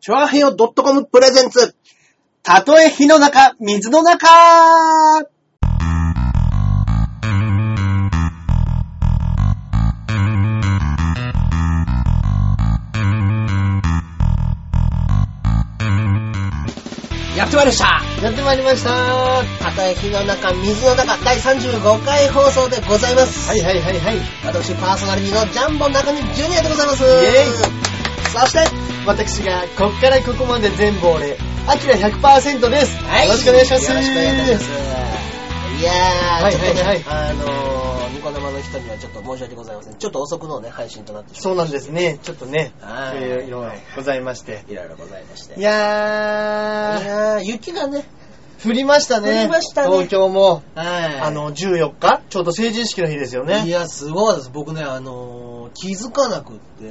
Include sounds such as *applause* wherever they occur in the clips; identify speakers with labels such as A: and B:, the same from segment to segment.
A: チョアヘヨ .com プレゼンツ。たとえ火の中、水の中やってまいりました
B: やってまいりました
A: たとえ火の中、水の中、第35回放送でございます。
B: はいはいはいはい。
A: 私、パーソナリティのジャンボ中身ジュニアでございます。イ
B: エ
A: そして、
B: 私が、こっからここまで全部俺、アキラ100%です。
A: はい。
B: よろしくお願いします。
A: よろしくお願いいたします。いやー、
B: はい
A: ちょっとね、
B: はいはい
A: あのー、ニコ生の人にはちょっと申し訳ございません。ちょっと遅くのね、配信となってし
B: そうなんですね。ちょっとね、
A: はい
B: いろいろございまして
A: ま。う。いろいろございまして。
B: い
A: いや
B: やー、
A: ー、雪がね、
B: 降りましたね。
A: 降りましたね
B: 東京も、
A: はい
B: あの、14日ちょうど成人式の日ですよ
A: い
B: ね。
A: や、すごかったです。僕ね、あのー、気づかなくって、
B: うん。え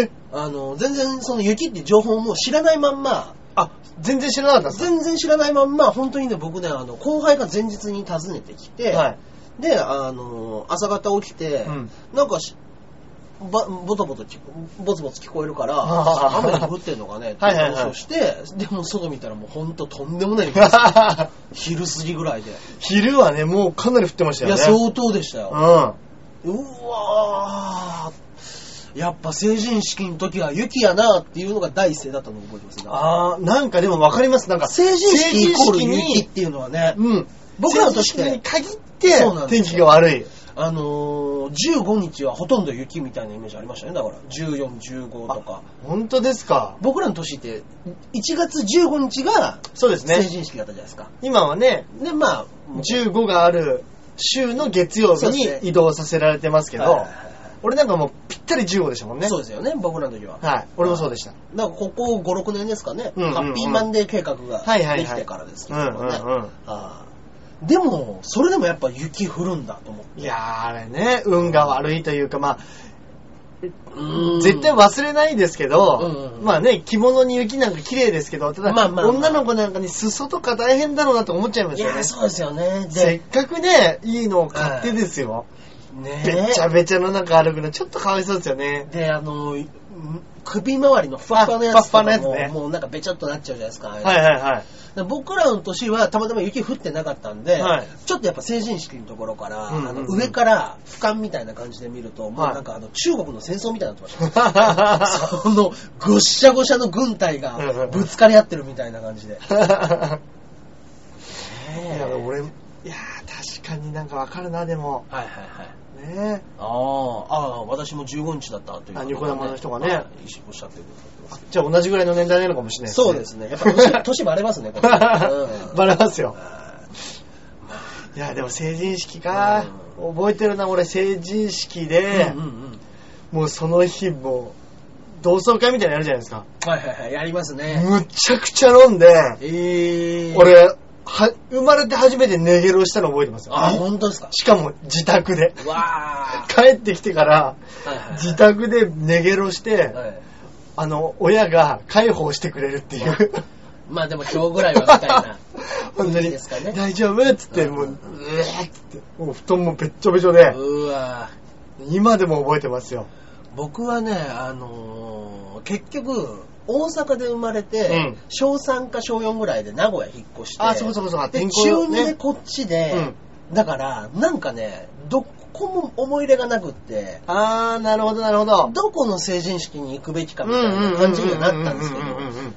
B: ぇ、
A: あのー、全然その雪って情報をもう知らないまんま、
B: あ、全然知らなかったんです
A: 全然知らないまんま、本当にね、僕ね、あの、後輩が前日に訪ねてきて、
B: かはい。
A: で、あのー朝方起きて、
B: うん *laughs*
A: なんかし、ば、ぼとぼと聞こ、ぼつぼつ聞こえるから、
B: *laughs* あー
A: 雨が降ってんのかね、って
B: はいはいはい
A: 話をして、でも外見たらもうほんととんでもない雪
B: *laughs*
A: 昼過ぎぐらいで。
B: 昼はね、もうかなり降ってました
A: い
B: よ
A: や、
B: ね。う。
A: 相当でした
B: う
A: よ。
B: ん。
A: うわーやっぱ成人式の時は雪やなっていうのが第一声だったのを覚えてますね。
B: あー、なんかでもわかります。なんか、
A: 成人式イコール
B: 成人式
A: 雪
B: に
A: っていうのはね、
B: うん。
A: 僕らの年って
B: 成人式に限って
A: そうなんですよ
B: 天気が悪い。
A: あのー、15日はほとんど雪みたいなイメージありましたね。だから、14、15とか。
B: 本当ですか。
A: 僕らの年って、1月15日が
B: そうです
A: 成
B: ね。
A: 人式だったじゃないですか。
B: 今はね、
A: で、まあ、もう
B: 15がある週の月曜日
A: そうです
B: に
A: ね
B: 移動させられてますけ
A: はいはい
B: ど
A: はい、
B: 俺なんかもうぴったり15でしたもんね。
A: そうですよね、僕らの時は。
B: はい。俺もそうでした。
A: なんかここ5、6年ですかね、
B: うんうんうん
A: ハッピーマンデー計画が
B: はいはいはい
A: できてからですけ
B: う
A: ど
B: んう
A: ね。
B: んうん。
A: あーでも、それでもやっぱ雪降るんだと思って。
B: いやー、あれね、運が悪いというか、ま
A: う
B: あ、
A: ん
B: 絶対忘れないですけ
A: うん
B: ど
A: う、ん
B: まあね、着物に雪なんか綺麗ですけど、ただ、
A: まあまあまあ
B: 女の子なんかに裾とか大変だろうなと思っちゃいま
A: い
B: すよ
A: や
B: ね
A: ー、。そうですよね。
B: せっ
A: で、
B: かくね、いいのを買ってですよ。
A: ね
B: べっちゃべちゃの中歩くのちょっとかわいそうですよね。
A: で、あのー、首周りのふわふわのやつとかも
B: あふわっふわのやつね
A: もうなんかべちゃっとなっちゃうじゃないですか。ああいうの
B: はいはいはい。
A: で僕らの年はたまたま雪降ってなかったんで、
B: はい
A: ちょっとやっぱ成人式のところから、
B: うんうんうん
A: あの上から俯瞰みたいな感じで見ると、も
B: は
A: う
B: い
A: なんかあの中国の戦争みたいになってました。 *laughs* そのごっしゃごしゃの軍隊がぶつかり合ってるみたいな感じで。
B: いや、俺、いやー、確かになんかわかるな、でも。
A: はいはいはい。
B: ね
A: あーあー、私も15日だったという
B: あニコ生の人がね
A: はい一緒におっしゃってること
B: じゃあ同じぐらいの年代なのかもしれない
A: そうですね。やっぱ
B: *laughs*
A: 年年バレますね、これ。うん
B: バレますよ。
A: あ
B: いや、でも成人式か。
A: う
B: 覚えてるな、俺、成人式
A: ー
B: で
A: うん、うんうん
B: もうその日、もう、同窓会みたいなのやるじゃないですか。
A: はいはいはい、やりますね。
B: むちゃくちゃ飲んで、
A: えー、
B: 俺、は、生まれて初めて寝ゲロしたの覚えてますよ。
A: あ、本当で
B: *laughs*
A: すか
B: しかも自宅で。
A: わー。
B: 帰ってきてから、
A: はいはいはい
B: 自宅で寝ゲロして、
A: はい
B: あの、親が介抱してくれるっていう。
A: まあでも今日ぐらいはみた
B: *laughs*
A: いな。
B: 本当
A: いい
B: に
A: ですかね、
B: 大丈夫っつって、
A: うん
B: も
A: うんう
B: う、
A: ん
B: うえーっつって、もう布団もべっちょべちょで、
A: うわー
B: 今でも覚えてますよ。
A: 僕はね、あのー結局、大阪で生まれて、
B: うん
A: 小3か小4ぐらいで名古屋引っ越して、
B: あ、そうそうそう、
A: で
B: 天
A: 中
B: 候
A: 2で
B: ね。
A: こっちで、だから、なんかね、どこも思い入れがなくって、
B: あー、なるほど、なるほど。
A: どこの成人式に行くべきか
B: うん
A: みたいな感じにはなったんですけ
B: うううんうん
A: ど、
B: うんうん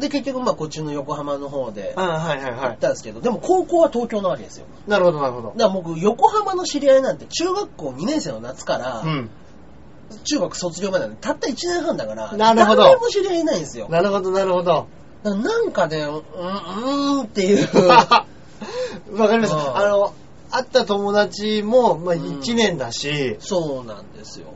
A: で、結局、まあ、こっちの横浜の方で行っ
B: あー、はいはいは
A: たんですけど、でも高校は東京なわけですよ。
B: い。なるほど、なるほど。
A: だから僕、横浜の知り合いなんて、中学校2年生の夏から、
B: うん。
A: 中学卒業までなんでたった1年半だから、
B: なるほど
A: 誰も知り合いないんですよ。だ
B: な
A: か
B: るほど、なるほど。
A: らなんかね、うん、うーんっていう。
B: わかりまし
A: うん
B: た。あの、会った友達も、まあ、
A: うん
B: 1年だし、
A: そうなんですよ。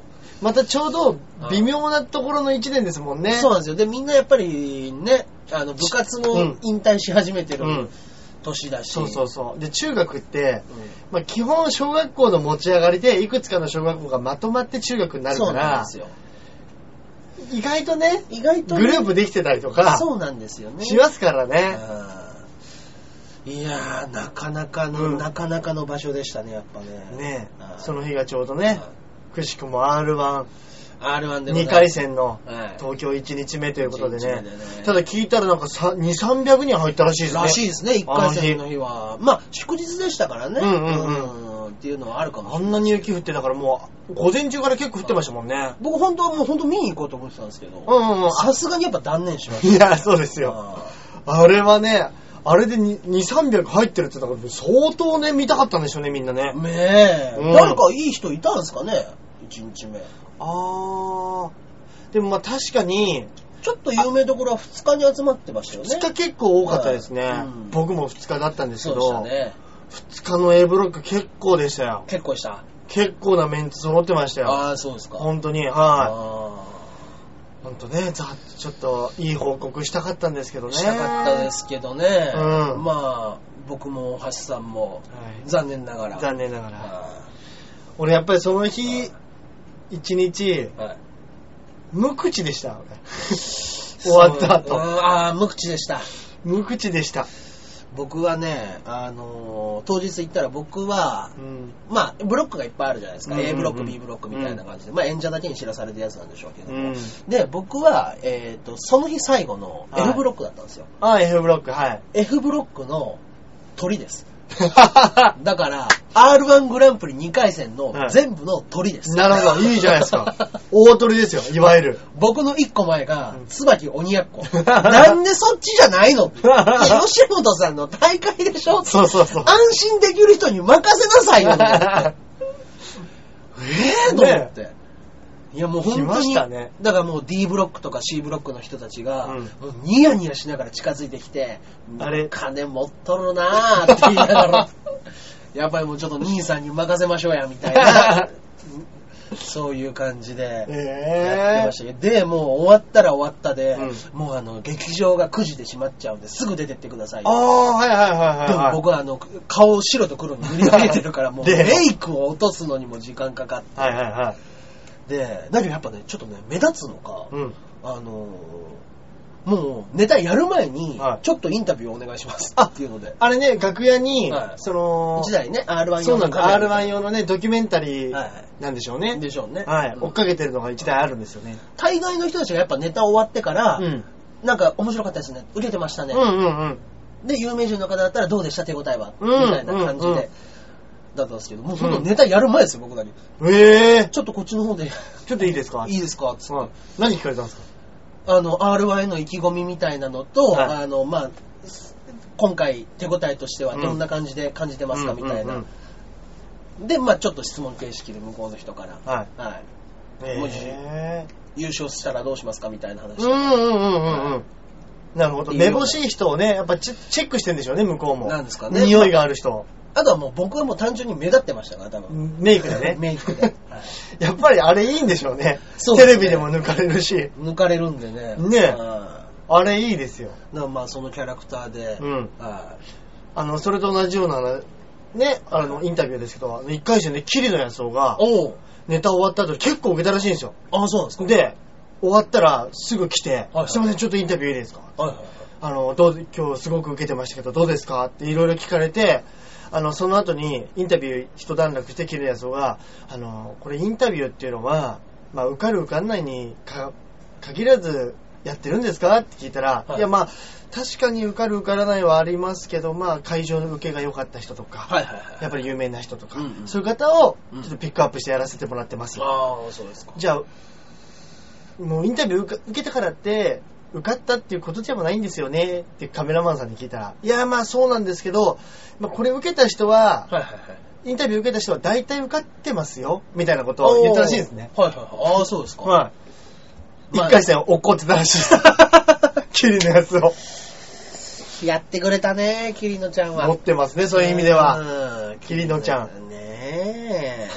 B: またちょうど微妙なところの1年ですもんね。
A: そうなんですよ。で、みんなやっぱりね、あの、部活も引退し始めて
B: う
A: る
B: ん
A: 年だし。
B: そうそうそう。で、中学って、
A: う
B: まあ、基本小学校の持ち上がりで、いくつかの小学校がまとまって中学に
A: ん
B: なる
A: そ
B: か
A: うなん
B: ら
A: で、すよ。
B: 意外とね、
A: 意外と
B: グ
A: ね、
B: ループできてたりとか、
A: そうなんですよね。
B: しますからね。
A: うんいやー、なかなかの、
B: うん
A: なかなかの場所でしたね、やっぱね。
B: ね
A: うん
B: その日がちょうどね、くしくも R1、
A: R1 でございます
B: 2回戦の
A: はい
B: 東京1日目ということで
A: 1
B: ね
A: 日目でね
B: ただ聞いたらなんかさ2、300人入ったらしいですね。
A: らしいですね、1回戦
B: あ
A: の
B: の日
A: 日は。まあ、祝日でしたからね。
B: うんうん
A: うんっていうのはあるかもし
B: あ
A: れない。
B: んなに雪降ってたからもう、午前中から結構降ってましたもんね。
A: 僕本当はもう本当見に行こうと思ってたんですけど、
B: うんうんうん。
A: さすがにやっぱ断念しまし
B: いや、そうです
A: た。
B: よ。
A: あ
B: あれはね、あれで2、300入ってるって言ったから相当ね、見たかったんでしょうね、みんなね
A: ー。ねえ、
B: うん
A: 誰かいい人いたんですかね ?1 日目。
B: あー。でもまあ確かに、
A: ちょっと有名どころは2日に集まってましたよね。
B: 2日結構多かったですね
A: う。ん
B: 僕も2日だったんです
A: そ
B: け
A: うでした
B: ど、
A: ね。
B: 2日の A ブロック結構でしたよ。
A: 結構でした。
B: 結構なメンツ揃ってましたよ。
A: ああ、そうですか。
B: 本当に、は
A: あ
B: い。本当ね、ざちょっといい報告したかったんですけど
A: ー
B: ね。
A: したかったで。すけどね。
B: うん
A: まあ、僕も橋さんも
B: はい
A: 残念ながら。
B: 残念ながら。
A: あ
B: 俺やっぱりその日、一日、
A: ーはい
B: 無口でした。
A: *laughs*
B: 俺終わった
A: そ
B: 後。
A: ううんああ、無口でした。
B: 無口でした。
A: 僕はね、あのー当日行ったら僕は、
B: うん。
A: まあ、ブロックがいっぱいあるじゃないですか。
B: うんうんうん
A: A ブロック、B ブロックみたいな感じで。まあ、演者だけに知らされるやつなんでしょうけど。
B: うん
A: で、僕は、えっ、と、その日最後の
B: はい
A: F ブロックだったんですよ。
B: あ、F ブロック、
A: *laughs*
B: はい。
A: F ブロックの鳥です。だから、R1 グランプリ2回戦の
B: はい
A: 全部の鳥です。
B: なるほど、いいじゃないですか。大鳥ですよ、いわゆる。
A: *laughs* 僕の1個前が
B: う、ん
A: 椿鬼
B: *laughs*
A: 奴。なんでそっちじゃないのって。いや吉本さんの大会でしょ
B: そうそうそう。
A: 安心できる人に任せな
B: *laughs*
A: さいよみたいなえーと思って。いやもう本
B: 来
A: 当
B: まし
A: に、
B: たね
A: だからもう D ブロックとか C ブロックの人たちが、
B: うん
A: もうニヤニヤしながら近づいてきて、
B: あれ
A: 金持っとるなーって言いな
B: *laughs*
A: がら、やっぱりもうちょっと兄さんに任せましょうやみた
B: *laughs*
A: いな、そういう感じで。やって
B: え
A: ましたけどで、もう終わったら終わったで、
B: う
A: もうあの、劇場が9時で閉まっちゃうんで、すぐ出てってください
B: ああ、はいはいはいは
A: で
B: いは
A: も
B: い。
A: 僕はあの顔を白と黒に塗り替えてるからもう
B: で
A: メイクを落とすのにも時間かかっ
B: はいはいはい。
A: てだけどやっぱねちょっとね目立つのか、
B: うん。
A: あのーもうネタやる前に
B: はい
A: ちょっとインタビューお願いします
B: あ
A: っていうので
B: あれね、楽屋に、
A: はい
B: その、
A: 一台ね R1
B: そ
A: 用
B: うな
A: の
B: ん
A: カメラ
B: R1 用のね、ドキュメンタリ
A: はい
B: ーなんでしょうね。
A: でしょうね、
B: はい、
A: うん
B: 追っかけてるのが一台あるんですよね。
A: 大概の人たちがやっぱネタ終わってから、
B: うん。
A: なんか面白かったですね受けてました
B: う
A: ね
B: ん、うんうん。
A: で有名人の方だったらどうでした手応えは、
B: うん
A: みたいな感じで、
B: うんうん
A: だったんですけどもうほんとネタやる前ですよ僕らに
B: ええ
A: ちょっとこっちの方で
B: ちょっといいですか
A: いいですかつって
B: うん何聞かれたんですか
A: あの、RY の意気込みみたいなのと、
B: はい
A: あの、まあ、今回手応えとしては
B: うん
A: どんな感じで感じてますかみたいな。
B: うんうん
A: で、まあちょっと質問形式で向こうの人から、
B: はい。
A: はい文字
B: え
A: 優勝したらどうしますかみたいな
B: えう
A: 話。
B: んうんうんうんうん。なるほど。
A: いいよ
B: めぼしい人をね、やっぱチェチェックしてんでしょうね、向こうも。
A: なんですかね
B: 匂いがある人。
A: あとはもう僕はもう単純に目立ってましたから、多分。
B: メイクでね。
A: *laughs* メイ
B: *laughs*
A: クで。はい
B: やっぱりあれいいんでしょうね。
A: そうです
B: テ
A: ね
B: レビでも抜かれるし。
A: 抜かれるんでね。
B: ね
A: はいだ
B: あれいいですよ。
A: からまあそのキャラクターで、
B: うん
A: は
B: あの、それと同じような、あのね、あの、インタビューですけど、あの一回戦でキリのやつが
A: い、おう
B: ネタ終わった後結構受けたらしいんですよ。
A: あ、そうなんですか。
B: で、終わったらすぐ来て、
A: はい
B: すいません、ちょっとインタビューいいですか
A: はいはいはい
B: あの、どう、今日すごく受けてましたけど、どうですかっていろいろ聞かれて、あの、その後にインタビュー一段落してきるやつが、あの、これインタビューっていうのは、まあ、受かる受かんないにか限らずやってるんですかって聞いたら、
A: はい
B: い、や、まあ、確かに受かる受からないはありますけど、まあ、会場の受けが良かった人とか、
A: はいはいはい。
B: やっぱり有名な人とか、
A: うんうん
B: そういう方を
A: うん
B: ちょっとピックアップしてやらせてもらってます。
A: ああ、そうですか。
B: じゃあ、もうインタビュー受か受けたからって、受かったっていうことでもないんですよねってカメラマンさんに聞いたら、いや、まあそうなんですけど、まあ、これ受けた人は、
A: はいはいはい。
B: インタビュー受けた人は大体受かってますよ、みたいなことを言ったらしいですね。
A: おー。はいはいはい。ああ、そうですか。
B: はい。
A: まあ
B: 一回戦怒ってたらしい。 *laughs* キリのやつを。
A: やってくれたね、キリノちゃんは。
B: *laughs* 持ってますね、そういう意味では。
A: は
B: キリノちゃん。
A: ねえ。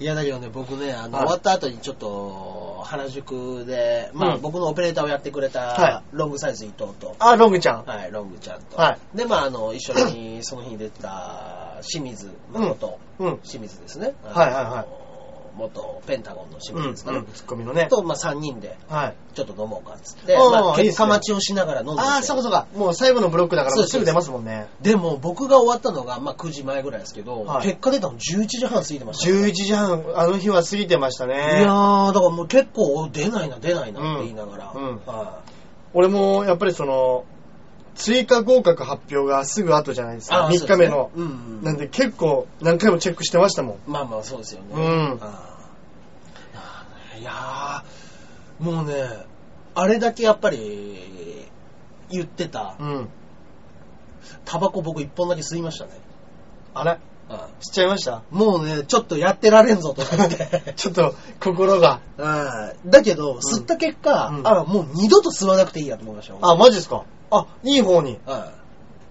A: いやだけどね、僕ね、あの、
B: はい
A: 終わった後にちょっと、原宿で、まあ、
B: うん
A: 僕のオペレーターをやってくれた
B: は、
A: ロングサイズ伊藤と、
B: *laughs* あ、ロングちゃん。
A: はい、ロングちゃんと、
B: は
A: で、まあ、あの、一緒にその日に出てた、清水誠、
B: うん。
A: 清水ですね。
B: はいはいはい
A: あの元ペンタゴンの仕事ですか
B: う
A: ね。
B: ん、ツッコミのね。
A: と、まあ、3人で、
B: はい。
A: ちょっと飲もうかっつって、
B: あー
A: まあ、
B: いいっすね
A: 結果待ちをしながら飲んでて
B: ああ、そうかそうか。もう最後のブロックだから
A: そう
B: も
A: で
B: う
A: す
B: すぐ出ますもんね。
A: でも、僕が終わったのが、まあ、9時前ぐらいですけど、
B: はい
A: 結果出たの11時半過ぎてましたね、
B: 11時半、あの日は過ぎてました
A: い
B: ね
A: や。ー、だからもう結構、出ないな、出ないなって言いながら、
B: うんうん
A: は
B: 俺もやっぱりその、追加合格発表がすぐ後じゃないで
A: い
B: すか。
A: あー
B: 3日目の
A: そ。うですねうんうん
B: なんで結構何回もチェックしてましたもん。
A: まあまあそうですよね。
B: うん
A: あーいやー、もうね、あれだけやっぱり言ってた、
B: うん。
A: タバコ僕一本だけ吸いましたね。
B: あれ
A: うん
B: しちゃいました
A: もうね、ちょっとやってられんぞと
B: *laughs*
A: 思って。
B: ちょっと心が。
A: うんだけど、吸った結果、
B: うん
A: あもう二度と吸わなくていいやと思いましたよ。
B: あ、マジですかあ、いい方に。
A: うん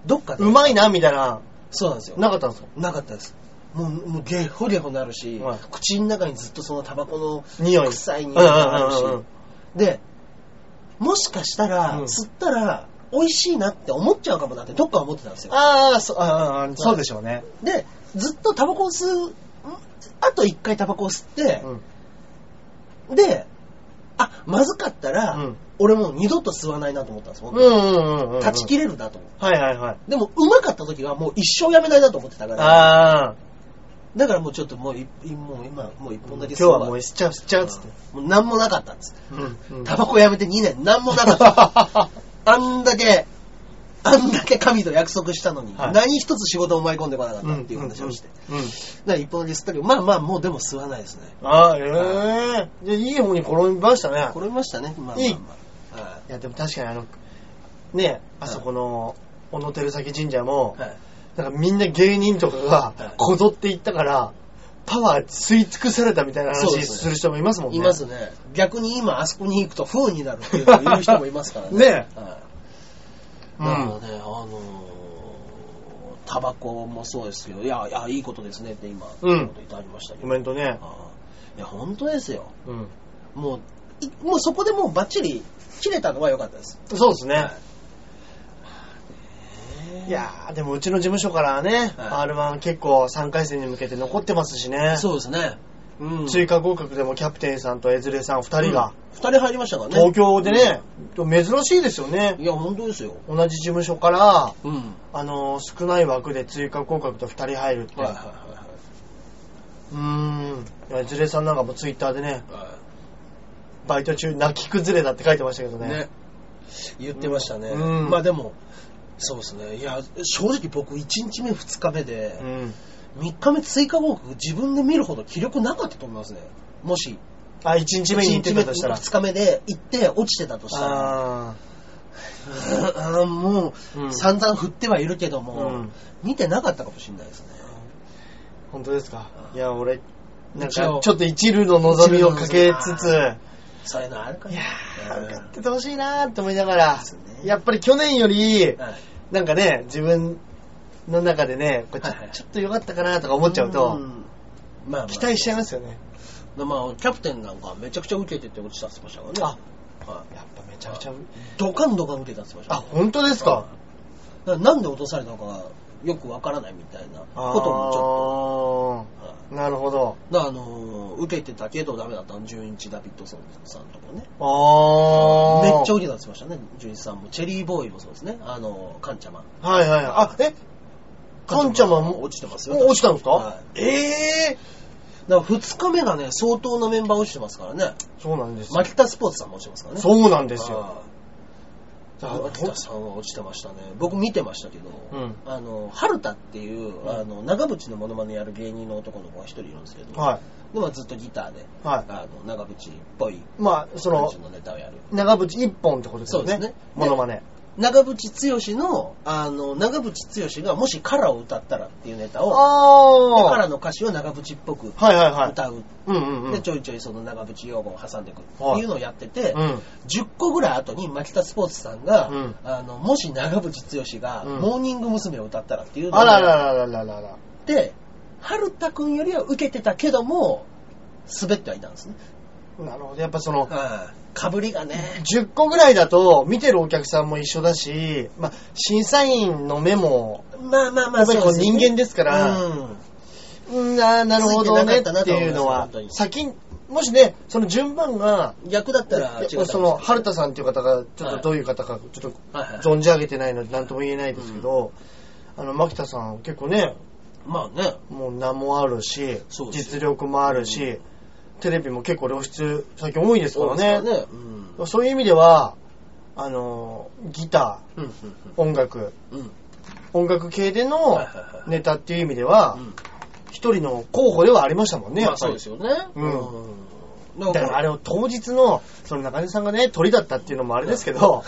A: どっかで。
B: うまいな、みたいな、
A: そうなんですよ。
B: なかったんですか
A: なかったです。もう、もうゲホゲホなるし、
B: はい
A: 口の中にずっとそのタバコの
B: 匂い。
A: 臭い匂い
B: うんうん
A: があるし、
B: うんうん。
A: で、もしかしたら、
B: うん
A: 吸ったら、美味しいなって思っちゃうかもなって、どっか思ってたんですよ。
B: ああ、そあーそうでしょうね。
A: で、ずっとタバコを吸う、んあと一回タバコを吸って、
B: うん。
A: で、あ、まずかったら、
B: うん
A: 俺もう二度と吸わないなと思ったんです、僕
B: うんうんうんうん。
A: 断ち切れるなと思って。
B: はいはいはい。
A: でも、うまかった時はもう一生やめないなと思ってたから、
B: ああ、
A: だからもうちょっともうい、もう今、もう一本
B: 今
A: だけ
B: 日
A: 吸うわ
B: はもう吸っちゃう、吸っちゃうっつって。
A: もう何もなかったんです。
B: うんうん
A: タバコやめて2年、何もなかった。
B: *laughs*
A: あんだけ、あんだけ神と約束したのに、
B: はい
A: 何一つ仕事を舞い込んでこなかったっていう話をして。だか。
B: うんうんうん
A: ら一本だけ吸ったけど、まあまあ、もうでも吸わないですね。
B: ああ、ええ。じゃあいい方に転びましたね。
A: これましたね、まあまあ
B: いい
A: まあ。
B: いや、でも確かにあの、ね、あそこの、小野照崎神社も、
A: はい。はい
B: なんかみんな芸人とか
A: はい
B: がこぞっていったから、パワー吸い尽くされたみたいな
A: そうで
B: 話
A: すね
B: する人もいますもんね。
A: いますね。逆に今、あそこに行くと風になるっていうのを言う人もいますからね。
B: ね
A: はい。
B: う
A: だ
B: ん。
A: からね、あのータバコもそうですけど、いや、いや、いいことですねって今、
B: うん
A: いいこといただきましたけ
B: コ
A: ど。
B: メントね。
A: あーいや、本当ですよ。
B: うん。
A: もうい、もうそこでもうバッチリ切れたのは良かったです。
B: そうですね
A: は。
B: いやー、でもうちの事務所からね、
A: は
B: R1 結構3回戦に向けて残ってますしね。
A: そうですね。うん。
B: 追加合格でもキャプテンさんとエズレさん2人が、
A: 二人入りましたからね。
B: 東京でね、珍しいですよね
A: い。や、本当ですよ。
B: 同じ事務所から、
A: うん。は
B: あのー少ない枠で追加合格と2人入るっ
A: い
B: て。、
A: はいはい
B: うーん。いや、ズレさんなんかもツイッターでね、
A: いは
B: バイト中泣き崩れたって書いてましたけど
A: い。
B: ね。
A: ね。言ってましたね。
B: うん
A: まあでも、そうですね。いや、正直僕1日目2日目で
B: う、ん。
A: 3日目追加合格自分で見るほど気力なかったと思いますね。もし、
B: あ、1日目に行ってたとしたら。
A: 2日目で行って落ちてたとしたら、
B: あ
A: あー *laughs* もう、
B: うん
A: 散々振ってはいるけど
B: あ。
A: も、
B: うん。
A: 見てなかったかもしれないですね。
B: 本当ですか。いや、俺、なんか、
A: 一
B: ちょ
A: 応
B: っと一縷の望みをかけつつ、いや
A: そういうのあるかな。
B: ー、受
A: う
B: かっててほしいなーって思いながら
A: ですね、
B: やっぱり去年より
A: ん、はい
B: なんかね、自分の中でね、これちょ
A: はいはい
B: ちょっと良かったかなとか思っちゃうと、
A: んまあまあ、
B: 期待しちゃいますよね。
A: まあ、キャプテンなんかめちゃくちゃ受けてて落ちたって言ってましたからね。はい
B: やっぱめちゃくちゃ。
A: ドカンドカン受けたって言って
B: あ、
A: ましたね。
B: 本当ですか。
A: だからなんで落とされたのかがよくわからないみたいなことも
B: も
A: ちょっと。はい
B: なるほど。
A: だからあのー受けてたけどダメだったの純一ダビッドソンさんとかね。
B: あ
A: め
B: ー。
A: っちゃ受けたって言ってましたね、純一さんも。チェリーボーイもそうですね。あのー、カンチャマン。
B: はいはい。あ、えカンちゃまも
A: 落ちてますよ。
B: 落ちたんですか、
A: は
B: ええ
A: だから2日目がね、相当なメンバー落ちてますからね。
B: ー。そうなんですよ
A: マ。キタスポーツさんも落ちてますからね。う
B: そうなんですよ。。だから
A: マキタさんは落ちてましたね。僕見てましたけど、
B: うん
A: あの、春田っていう、
B: うん
A: あの、長渕のモノマネやる芸人の男の子が一人いるんですけど、
B: は
A: でもずっとギターで、
B: い。は
A: あの、長渕っぽい
B: い。まあ、そ
A: 感
B: の
A: じ、のネタをやる。
B: 長渕一本ってことですよね。
A: そうですね
B: モノマネ。
A: 長渕剛の、あの、長渕剛がもしカラーを歌ったらっていうネタを、でカ
B: あ
A: ラーの歌詞を長渕っぽく
B: あ。はいはいはい。
A: 歌う。
B: うんうんう
A: で、
B: ん。
A: ちょいちょいその長渕用語を挟んでいくっていうのをやってて、
B: うん。
A: 10個ぐらい後にマキタスポーツさんが、
B: うん
A: あのもし長渕剛が、
B: うん
A: モーニング娘。を歌ったらっていうの
B: あ
A: を
B: ら
A: やっ
B: らららららら。
A: て、春田くんよりは受けてたけども、滑ってはいたんですね。
B: なるほど。やっぱその、
A: はいかぶりがね、
B: 10個ぐらいだと、見てるお客さんも一緒だし、まあ、審査員の目も、
A: まあまあま
B: や
A: あ
B: っぱりこう人間
A: で
B: ですから、
A: うん
B: うん、あーなるほどねっていうのは
A: ついてなかったなと思い、ます
B: 先に、もしね、その順番が、
A: 逆だったら違うかもしれない
B: その、春田さんっていう方が、ちょっと
A: はい
B: どういう方か、ちょっと
A: はいはい
B: 存じ上げてないので、なんとも言えないですけど、あの、牧田さんは結構ね、
A: まあね。
B: もう名もあるし
A: そう、ですよ
B: 実力もあるし、テレビも結構露出、最近多いですからね。
A: そうですからねうん
B: そういう意味では、あの、ギタ
A: うんうん
B: ー、音楽、
A: うんうん
B: 音楽系での
A: はいはいはい
B: ネタっていう意味では
A: う、ん
B: 一人の候補ではありましたもんね、
A: ま
B: や
A: あ
B: っぱ
A: そう
B: り
A: で。すよね。
B: うん
A: うん。
B: だからあれを当日の、その中根さんがね、鳥だったっていうのもあれですけど、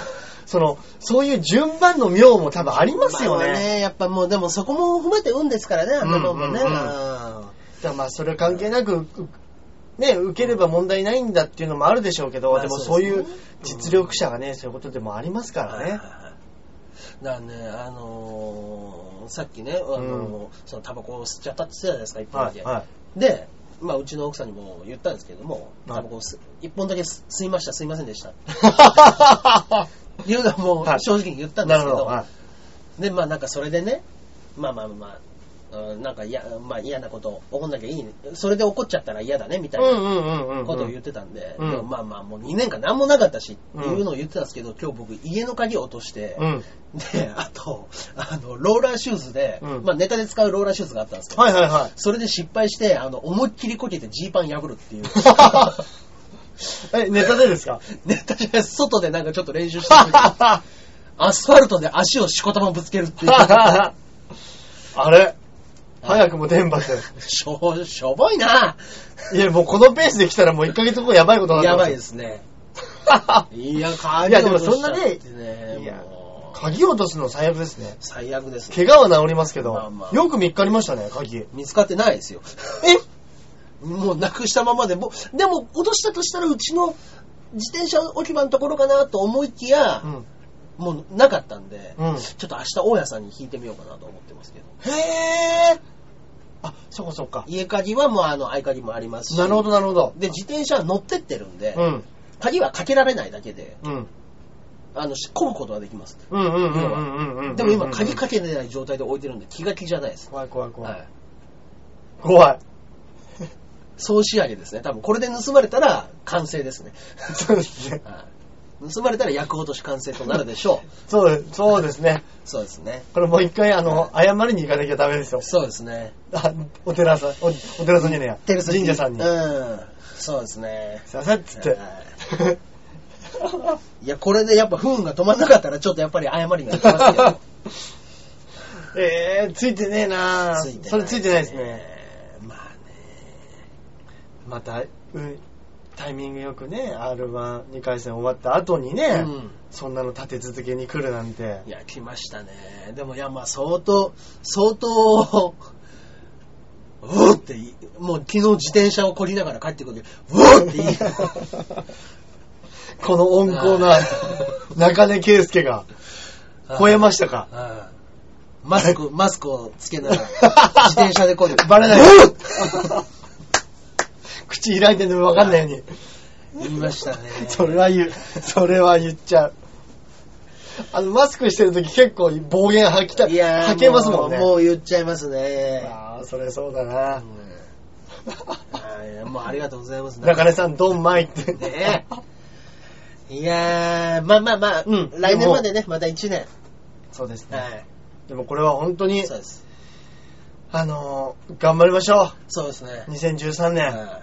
B: その、そういう順番の妙も多分ありますよね。
A: まあやっぱもう、でもそこも踏まえて運ですからね、あんなのもね。
B: うんうんうん
A: あ
B: だからまあそれは関係なく、うね、受ければ問題ないんだっていうのもあるでしょうけど、
A: まあ
B: でも
A: そ
B: そうう
A: で
B: い
A: すね
B: う実力者がね、そういうことでもありますか
A: ー
B: らね。
A: だからね、あのー、さっきね、あのーそのタバコを吸っちゃったって言ってたじゃないですか、一本だ
B: は
A: け。
B: い、は
A: で、まあ、うちの奥さんにも言ったんですけれども、
B: はい
A: タバコを吸一本だけ吸吸いました、吸いませんでした。
B: い。
A: っていうのはもう
B: はい
A: 正直に言ったんで
B: な
A: す
B: る
A: け
B: ほ
A: ど、
B: ど。はい
A: で、まあなんかそれでね、まあまあまあ、うんなんか嫌、まあ嫌なこと怒んなきゃいい、ね、それで怒っちゃったら嫌だね、みたい
B: うん
A: な
B: うんうんうんうん。
A: ことを言ってたんで、
B: うん
A: でもまあまあもう2年間何もなかったし、
B: うん
A: っていうのを言ってたんですけど、今日僕家の鍵を落として、
B: うん。
A: で、あと、あの、ローラーシューズで、
B: うん
A: まあネタで使うローラーシューズがあったんですけど、
B: はいはいはい。
A: それで失敗して、あの、思いっきりこけてジーパン破るっていう。
B: *laughs* え、 *laughs* ネタでです *laughs* か
A: *laughs* ネタじゃない外でなんかちょっと練習してる時
B: *laughs*
A: にアスファルトで足をしこたまぶつけ
B: *laughs*
A: るっていう。
B: あれ早くも天 *laughs* 罰。
A: しょ、しょぼいない
B: や、もうこのペースで来たらもう1ヶ月後やばいことにな
A: や
B: って
A: ば
B: ます
A: い
B: よ
A: ですね。
B: い
A: いや、
B: い
A: 鍵
B: やでも
A: 落と
B: そん
A: しち
B: な
A: ゃっ
B: ね
A: てね。
B: や
A: も
B: *laughs*
A: う
B: 鍵落とすの最悪ですね。
A: 最悪ですね。
B: 怪我は治りますけど、
A: まあまあ
B: よく見っかりましたね、鍵。
A: 見つかってないですよ。
B: え
A: もうなくしたままで、もうでも落としたとしたらうちの自転車置き場のところかなと思いきや、
B: うん。
A: もうなかったんで、
B: うん
A: ちょっと明日大家さんに引いてみようかなと思ってますけど。
B: へー。あ、そっかそっか。
A: 家鍵はもうあの合鍵もありますし。
B: なるほど、なるほど。
A: で、自転車は乗ってってるんで、
B: うん。
A: 鍵はかけられないだけで、
B: うん。
A: あの、し込むことはできます。
B: うんうんうんうんうんうんうん。
A: でも今、鍵かけてない状態で置いてるんで、気が気じゃないです。
B: 怖い怖い怖。
A: はいい。
B: 怖い。
A: 総仕上げですね。多分、これで盗まれたら完成ですね。
B: *laughs* そうですね。
A: はい盗まれたら役落とし完成となるでしょう。
B: そう、そうですね。
A: そうですね。
B: これもう一回、あの、謝りに行かなきゃダメですよ。
A: そうですね。
B: あ、お寺さん、おお寺さんじゃねえ
A: テル
B: や。
A: スキー
B: 神社さんに。すい
A: うん。そうですね。
B: ませんっつっ
A: *laughs*
B: て。
A: いや、これでやっぱ不運が止まんなかったら、ちょっとやっぱり謝りがいきますけど。
B: えー、ついてねえな
A: ついてない
B: それついてないですね。。
A: まあね。
B: また、うんタイミングよくね、R12 回戦終わった後にね、
A: うん
B: そんなの立て続けに来るなんて
A: い。や、来ましたね。でも、いや、まあ、相当、相当、うおって言い、もう昨日自転車をこりながら帰ってくる時、うおって言い、
B: *laughs* この温厚な
A: はい
B: 中根圭介が吠えましたか。
A: うんマスク、マスクをつけなが
B: *laughs*
A: ら、自転車でこいで
B: バレないよ
A: うおっ
B: 口開いてるのも分かんないように。
A: 言いましたね。
B: *laughs* それは言う。それは言っちゃう。あの、マスクしてる時結構暴言吐きた、
A: いやー
B: 吐けますもんね。
A: うもう言っちゃいますね。
B: ああ、それそうだな。
A: うんはいもうありがとうございます。
B: 中根さん、ドンマイって。
A: ねえ。いやー、まあまあまあ、
B: うん
A: 来年までね、また1年。
B: そうですね。
A: は
B: でもこれは本当に
A: い。、そうです。
B: あのー、頑張りましょ
A: そうですね
B: う。。2013年。
A: はい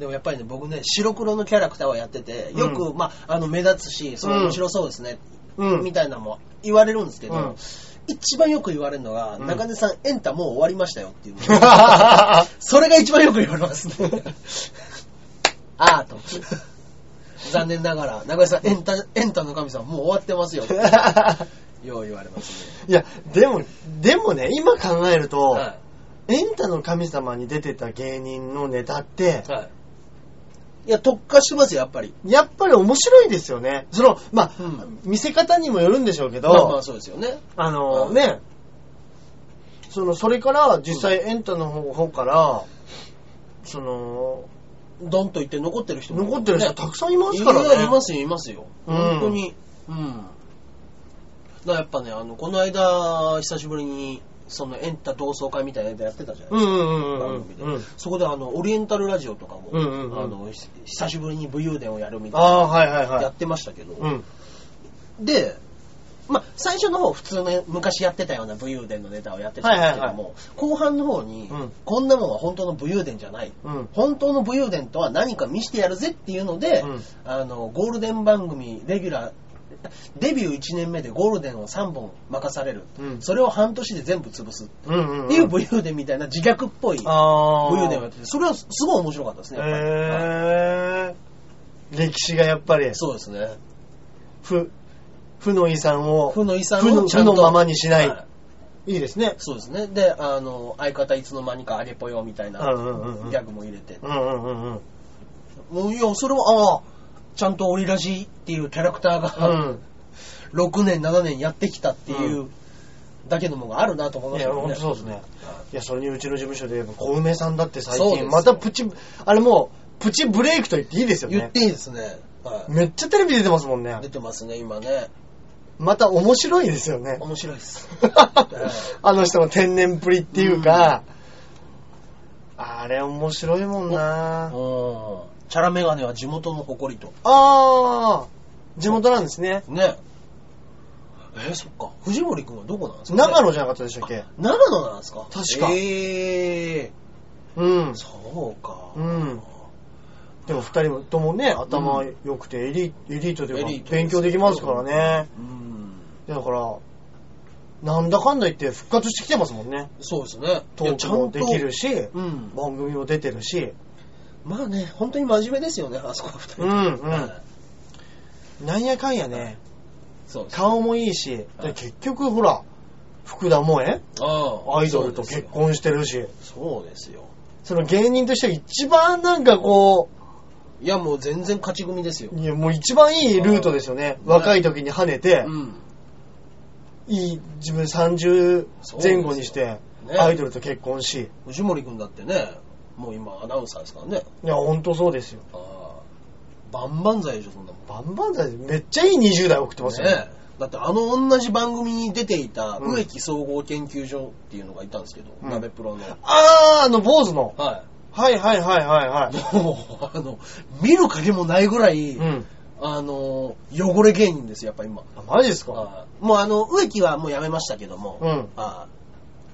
A: でもやっぱりね、僕ね、白黒のキャラクターをやってて、よく、
B: う
A: まあ、あの、目立つし、それ面白そうですね、
B: うん
A: みたいなのも言われるんですけど、
B: うん
A: 一番よく言われるのが、
B: うん。
A: 中根さん、エンタもう終わりましたよっていうそれが一番よく言われます
B: *laughs*
A: ね。あーと。残念ながら、中根さん、エンタ、エンタの神様、もう終わってますよ。よう言われますね。
B: *laughs* いや、でも、でもね、今考えると、
A: は
B: エンタの神様に出てた芸人のネタって
A: い。、はい。いや、特化してますよ、やっぱり。
B: やっぱり面白いですよね。その、まあ、
A: うん
B: 見せ方にもよるんでしょうけど、
A: まあまあ、そうですよね。
B: あ、の
A: うん
B: ね、その、それから実際エンタの方方から、その、
A: ドンと言って残ってる人も
B: 残ってる人
A: ね
B: たくさんいますからね。
A: いやいますよ、いますよ。
B: うん
A: 本当に。うん。だからやっぱね、あの、この間、久しぶりに、そのエンタ同窓会みたいなのやってたじゃないですか
B: うんうんうんう
A: 番
B: ん
A: 組で、
B: うん。
A: そこであのオリエンタルラジオとかも、
B: うんうんうん
A: あのひ久しぶりに武勇伝をやるみた
B: あ
A: いな
B: あ、はいはい
A: や
B: は
A: ってましたけど、
B: い。うん。
A: で、まあ、最初の方普通の昔やってたような武勇伝のネタをやってたんですけども、後半の方に、
B: うん
A: こんなもんは本当の武勇伝じゃない
B: うん。
A: 本当の武勇伝とは何か見してやるぜっていうので、
B: うん
A: あのゴールデン番組レギュラーデビュー1年目でゴールデンを3本任される、
B: うん
A: それを半年で全部潰すっ
B: うんうんうん。
A: ていう武勇伝みたいな自虐っぽい
B: ああ。
A: 武勇伝をやっててそれはすごい面白かったですねやっぱりはい
B: へえ。歴史がやっぱり、
A: そうですね
B: 負、負の遺産を、
A: 負の遺産
B: 負の
A: をちゃんと
B: 負のままにしない
A: はい
B: いいですね。
A: そうですねであの相方いつの間にかあげぽよみたいな
B: うんうんうんうん
A: ギャグも入れて
B: うんうんうんうん。
A: もういやそれはああちゃんとオリラジっていうキャラクター
B: う
A: が、
B: ん。
A: 6年7年やってきたっていう、
B: う
A: だけのものがあるなと思いま
B: い
A: し
B: や、
A: た
B: ほん
A: ね
B: とそうですね。
A: はい
B: や、それにうちの事務所で言えば、小梅さんだって最
A: そうです
B: 近、
A: よ
B: またプチ、あれもう、プチブレイクと言っていいです
A: い
B: よ
A: 言っ
B: ね。
A: ていいですね、はい
B: めっちゃテレビ出てますもんね
A: 出。てますね今ね
B: また面白いですよね。
A: 面白いです
B: *laughs* あの人の天然ぶりっていうか、あれ面白いもん
A: うん
B: な
A: チャラメガネは地元の誇りと
B: あー、地元なんですね。
A: ねえーそっか藤森君はどこなんですか、ね、
B: 長野じゃなかったでしたっけ
A: 長野なんですか
B: 確か
A: ええ
B: うん。
A: そうか。
B: うんでも二人ともね、頭良くてエリ、エリートと
A: エ
B: い
A: リー
B: うか、
A: トです
B: 勉強できますからね。
A: うん。
B: だから、なんだかんだ言って復活してきてますもんね。
A: そうですね。
B: トークもできるし、
A: うん。
B: 番組も出てるし、
A: まあね、本当に真面目ですよね、あそこは二人。
B: うんうん
A: はい
B: なんやかんやね、
A: そうです。
B: 顔もいいし、
A: は
B: で
A: い
B: 結局ほら、福田萌え
A: あ
B: アイドルと結。婚してるし、
A: そうですよ。
B: その芸人としては一番なんかこ
A: いや、もう全然勝ち組ですよ
B: う、。いやもう一番いいルートですよね。
A: うん
B: 若い時に跳ねて
A: う、ん。
B: いい自分30前後にして、
A: ね
B: アイドルと結婚し、
A: 藤森くんだってね、もう今アナウンサーですからね。
B: いや、ほんとそうですよ。
A: ああ。バンバン剤でしょ、そんなもん。
B: バンバン剤でめっちゃいい20代送ってますよね。
A: ねだってあの同じ番組に出ていた
B: うん
A: 植木総合研究所っていうのがいたんですけど、
B: うん
A: 鍋プロの。
B: あー、あの、坊主の。
A: はい。
B: はいはいはいはいはい。
A: もう、あの、見る影もないぐらい、
B: うん。
A: あの、汚れ芸人です、やっぱ今。
B: あマジですか
A: あもうあの、植木はもうやめましたけども、
B: うん
A: あああ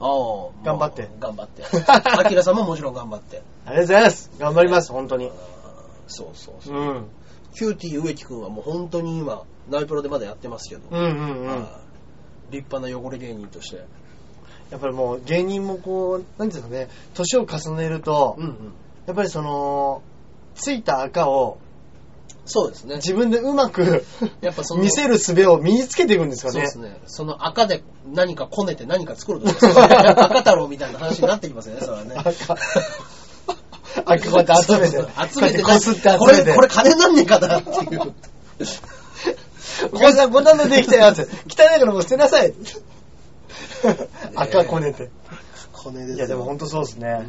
A: あもう
B: 頑張って
A: 頑張って。 *laughs* あきらさんももちろん頑張って。
B: ありがとうございます。頑張ります、本当に
A: あ。そうそうそうう。
B: ん。
A: キューティー植木くんはもう本当に今、ナイプロでまだやってますけど、
B: うんうんうん。
A: ああ立派な汚れ芸人として。
B: やっぱりもう芸人もこう、なんていうんですかね、年を重ねると、
A: うんうん
B: やっぱりその、ついた赤を
A: そうですね。
B: 自分でうまく
A: やっ *laughs* ぱその
B: 見せる術を身につけていくんです
A: そ
B: か
A: うで
B: ね。
A: すね。その赤で何かこねて何か作るとしたら赤太郎みたいな話になってきますよね、それはね。
B: 赤。赤こうやって集めて
A: そう。集めて、
B: こうやってこすって集
A: こ
B: めて。
A: れ、これ金なんねえかなっていう。
B: お母さんこんなのできたよって。汚いからもう捨てな
A: *laughs*
B: さい。赤 *laughs* こねて。
A: 金ですよ
B: いやでも本当そうです
A: う
B: ね。
A: ん。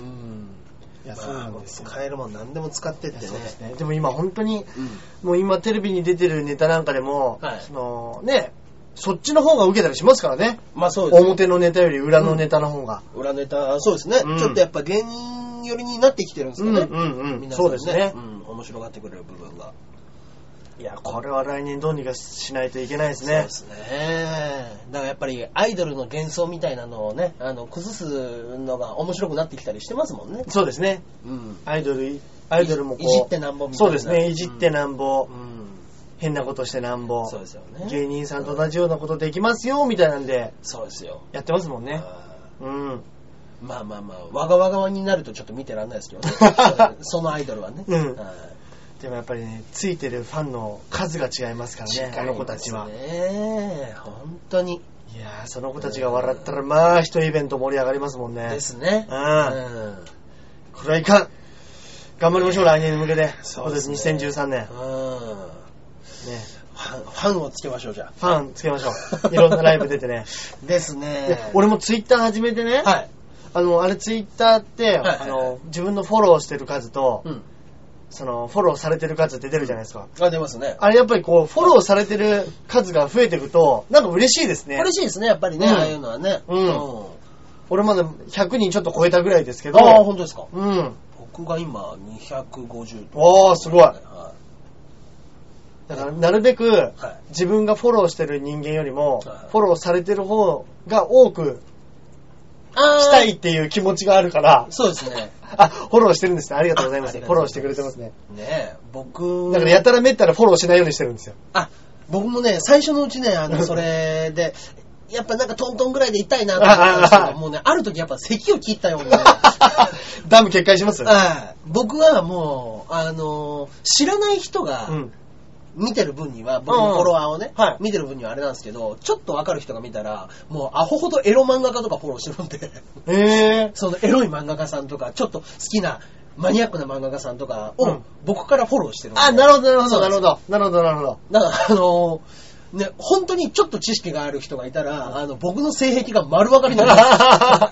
B: いやそうなんですよ。
A: 使えるもん何でも使ってっ
B: い
A: て
B: やそ
A: ね。
B: うですね。でも今本当に、
A: うん
B: もう今テレビに出てるネタなんかでも、
A: はい
B: そのね、そっちの方が受けたりしますからね。
A: まあそうですね。
B: 表のネタより裏のネタの方が。
A: 裏ネタ、そうですね、
B: うん
A: ちょっとやっぱ芸人寄りになってきてるんですかね。
B: うんうんうん
A: 皆さん
B: そうですね
A: うん。面白がってくれる部分が。
B: いや、これは来年どうにかしないといけないです
A: そう
B: ね
A: で。すね。だからやっぱりアイドルの幻想みたいなのをね、あの、崩すのが面白くなってきたりしてますもんね。
B: そうですね。
A: うん。
B: アイドル、アイドルもこう。
A: いじってなんぼみたい
B: そう
A: な。
B: ですね。いじってなんぼ。
A: うん。
B: 変なことしてなんぼ。
A: そうですよね。
B: 芸人さんと同じようなことできますよ、みたいなんで、
A: そうですよ。
B: やってますもんね。
A: あ
B: うん。
A: ーまあまあまあ、わがわがわになるとちょっと見てらんないですけ
B: *laughs*
A: どね。そのアイドルはね。
B: うん
A: はい
B: でもやっぱりね、ついてるファンの数が違いますからね、あの子たちは。
A: 違い
B: い
A: ますね本当に。
B: やー、その子たちが笑ったら、まあ、一イベント盛り上がりますもんね
A: で。すね。
B: うん
A: ん。
B: これはいかん頑張りましょう、来年に向けて。
A: そうですね
B: 今年2013年。ね
A: うん。。ファン、ファンをつけましょう、じゃ
B: ファンつけましょう。い *laughs* ろんなライブ出てね。
A: あ。 *laughs* ですね
B: で。俺もツイッター始めてね、
A: はい。
B: あの、あれツイッターって、
A: はいはいはい
B: あの、自分のフォローしてる数と、
A: うん。
B: その、フォローされてる数って出るじゃないですか。
A: あ、出ますね。
B: あれやっぱりこう、フォローされてる数が増えていくと、なんか嬉しいですね。
A: 嬉しいですね、やっぱりね、
B: うん
A: ああいうのはね。
B: うん
A: ん
B: 俺まだ100人ちょっと超えたぐらいですけど、
A: ああ、本当ですか。
B: うん。
A: 僕が今、250とか。
B: わあ、すごい。
A: は
B: だから、なるべく
A: い。はい。
B: 自分がフォローしてる人間よりも
A: はい、
B: フォローされてる方が多く
A: あ
B: したいっていう気持ちがあるから、
A: そうですね。
B: あ、フォローしてるんですね。ありがとうございま
A: ああ
B: す。
A: り
B: フ
A: が
B: ォ
A: とう
B: ロー
A: ご
B: して
A: ざいます
B: くれてますね。
A: ねえ、僕。
B: だから、やたらめったらフォローしないようにしてるんですよ。
A: あ、僕もね、最初のうちね、
B: *laughs*
A: あの、それで、やっぱなんかトントンぐらいで痛いなと思ったんです
B: ああ
A: け
B: あ
A: ど、もうね、ある時やっぱ咳を切ったようにね、
B: *laughs* ダム決壊します
A: はい僕はもう、あの、知らない人が
B: うん。
A: 見てる分には、僕のフォロワーをね、
B: うんはい
A: 見てる分にはあれなんですけど、ちょっとわかる人が見たら、もうアホほどエロ漫画家とかフォローしてるんで、 *laughs*
B: ええ
A: そのエロい漫画家さんとか、ちょっと好きなマニアックな漫画家さんとか
B: う
A: を
B: ん
A: 僕からフォローしてるんで
B: あ、なるほど、なるほ
A: そ
B: ど、な
A: うなん
B: るほ
A: です
B: ど。なるほど、なるほ
A: *laughs*
B: ど。
A: だから、あのーね、本当にちょっと知識がある人がいたら、あの、僕の性癖が丸分かりになりま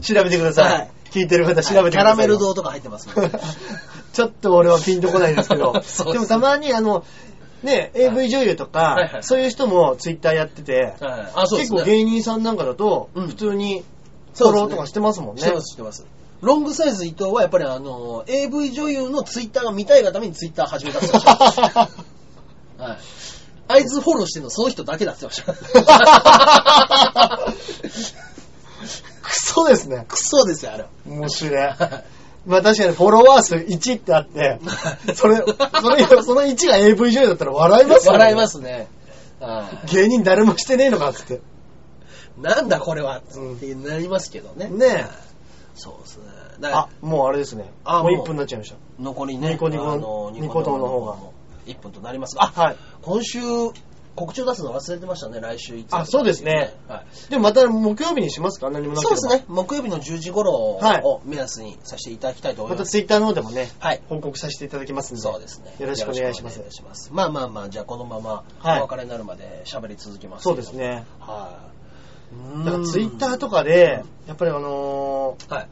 A: す。
B: 調べてください。
A: はい
B: 聞いてる方 *laughs* 調べてくだ
A: キャラ
B: さ
A: メ
B: いよ。
A: ル堂とか入ってますもん
B: *laughs*
A: ね
B: ちょっと俺はピンとこないですけど
A: *laughs* そう
B: で
A: です、
B: もたまにあの、ね、AV 女優と
A: はいはい
B: か
A: は、い
B: そういう人もツイッターやってて、
A: はいあ、そうで
B: 結
A: す
B: 構
A: ね。
B: 芸人さんなんかだと、
A: うん
B: 普通にフ
A: そ
B: ォロ
A: うです
B: ー
A: ね
B: とかしてますもん
A: 知
B: ね
A: って。ます、知ってます。ロングサイズ伊藤はやっぱりあのー、AV 女優のツイッターが見たいがためにツイッター始めたって言ってました
B: *laughs*
A: はい。あいつフォローしてるのその人だけだって言ってました。
B: クソですね。
A: クソですよ、あれは。
B: 面白い。まあ確かにフォロワー数1ってあって、それ、それ、その1が AV 女優だったら笑いますよ、
A: 笑いま。すね。はい
B: 芸人誰もしてねえのかっつって。
A: なんだこれは
B: うん
A: ってなりますけどね。
B: ねえ
A: そうですね。だから
B: あ、もうあれですね。
A: あ
B: もう
A: も
B: 1
A: う
B: 分になっちゃいました。
A: 残りね、
B: ニコニコ
A: あの
B: ニコ動の方が
A: も1分となりますが、あ、
B: はい。
A: 今週、告知を出すの忘れてましたね、来週いつ
B: あそうですね。
A: はい、
B: でもまた木曜日にしますか何もなけ
A: そう
B: れ
A: で
B: ば
A: すね、木曜日の10時頃
B: はい
A: を目安にさせていただきたいと思
B: ま
A: いま
B: た
A: す。
B: ツイッターの方でもね、
A: はい。
B: 報告させていただきますんで。
A: そうですね。
B: よろしくお願いします
A: よろくお願いしますまあまあまあ、じゃあこのまま
B: はい
A: お別れになるまで喋り続けます。
B: そうです。ね。
A: はい。
B: だからツイッターと
A: か。
B: かで、やっぱりあのー
A: はい。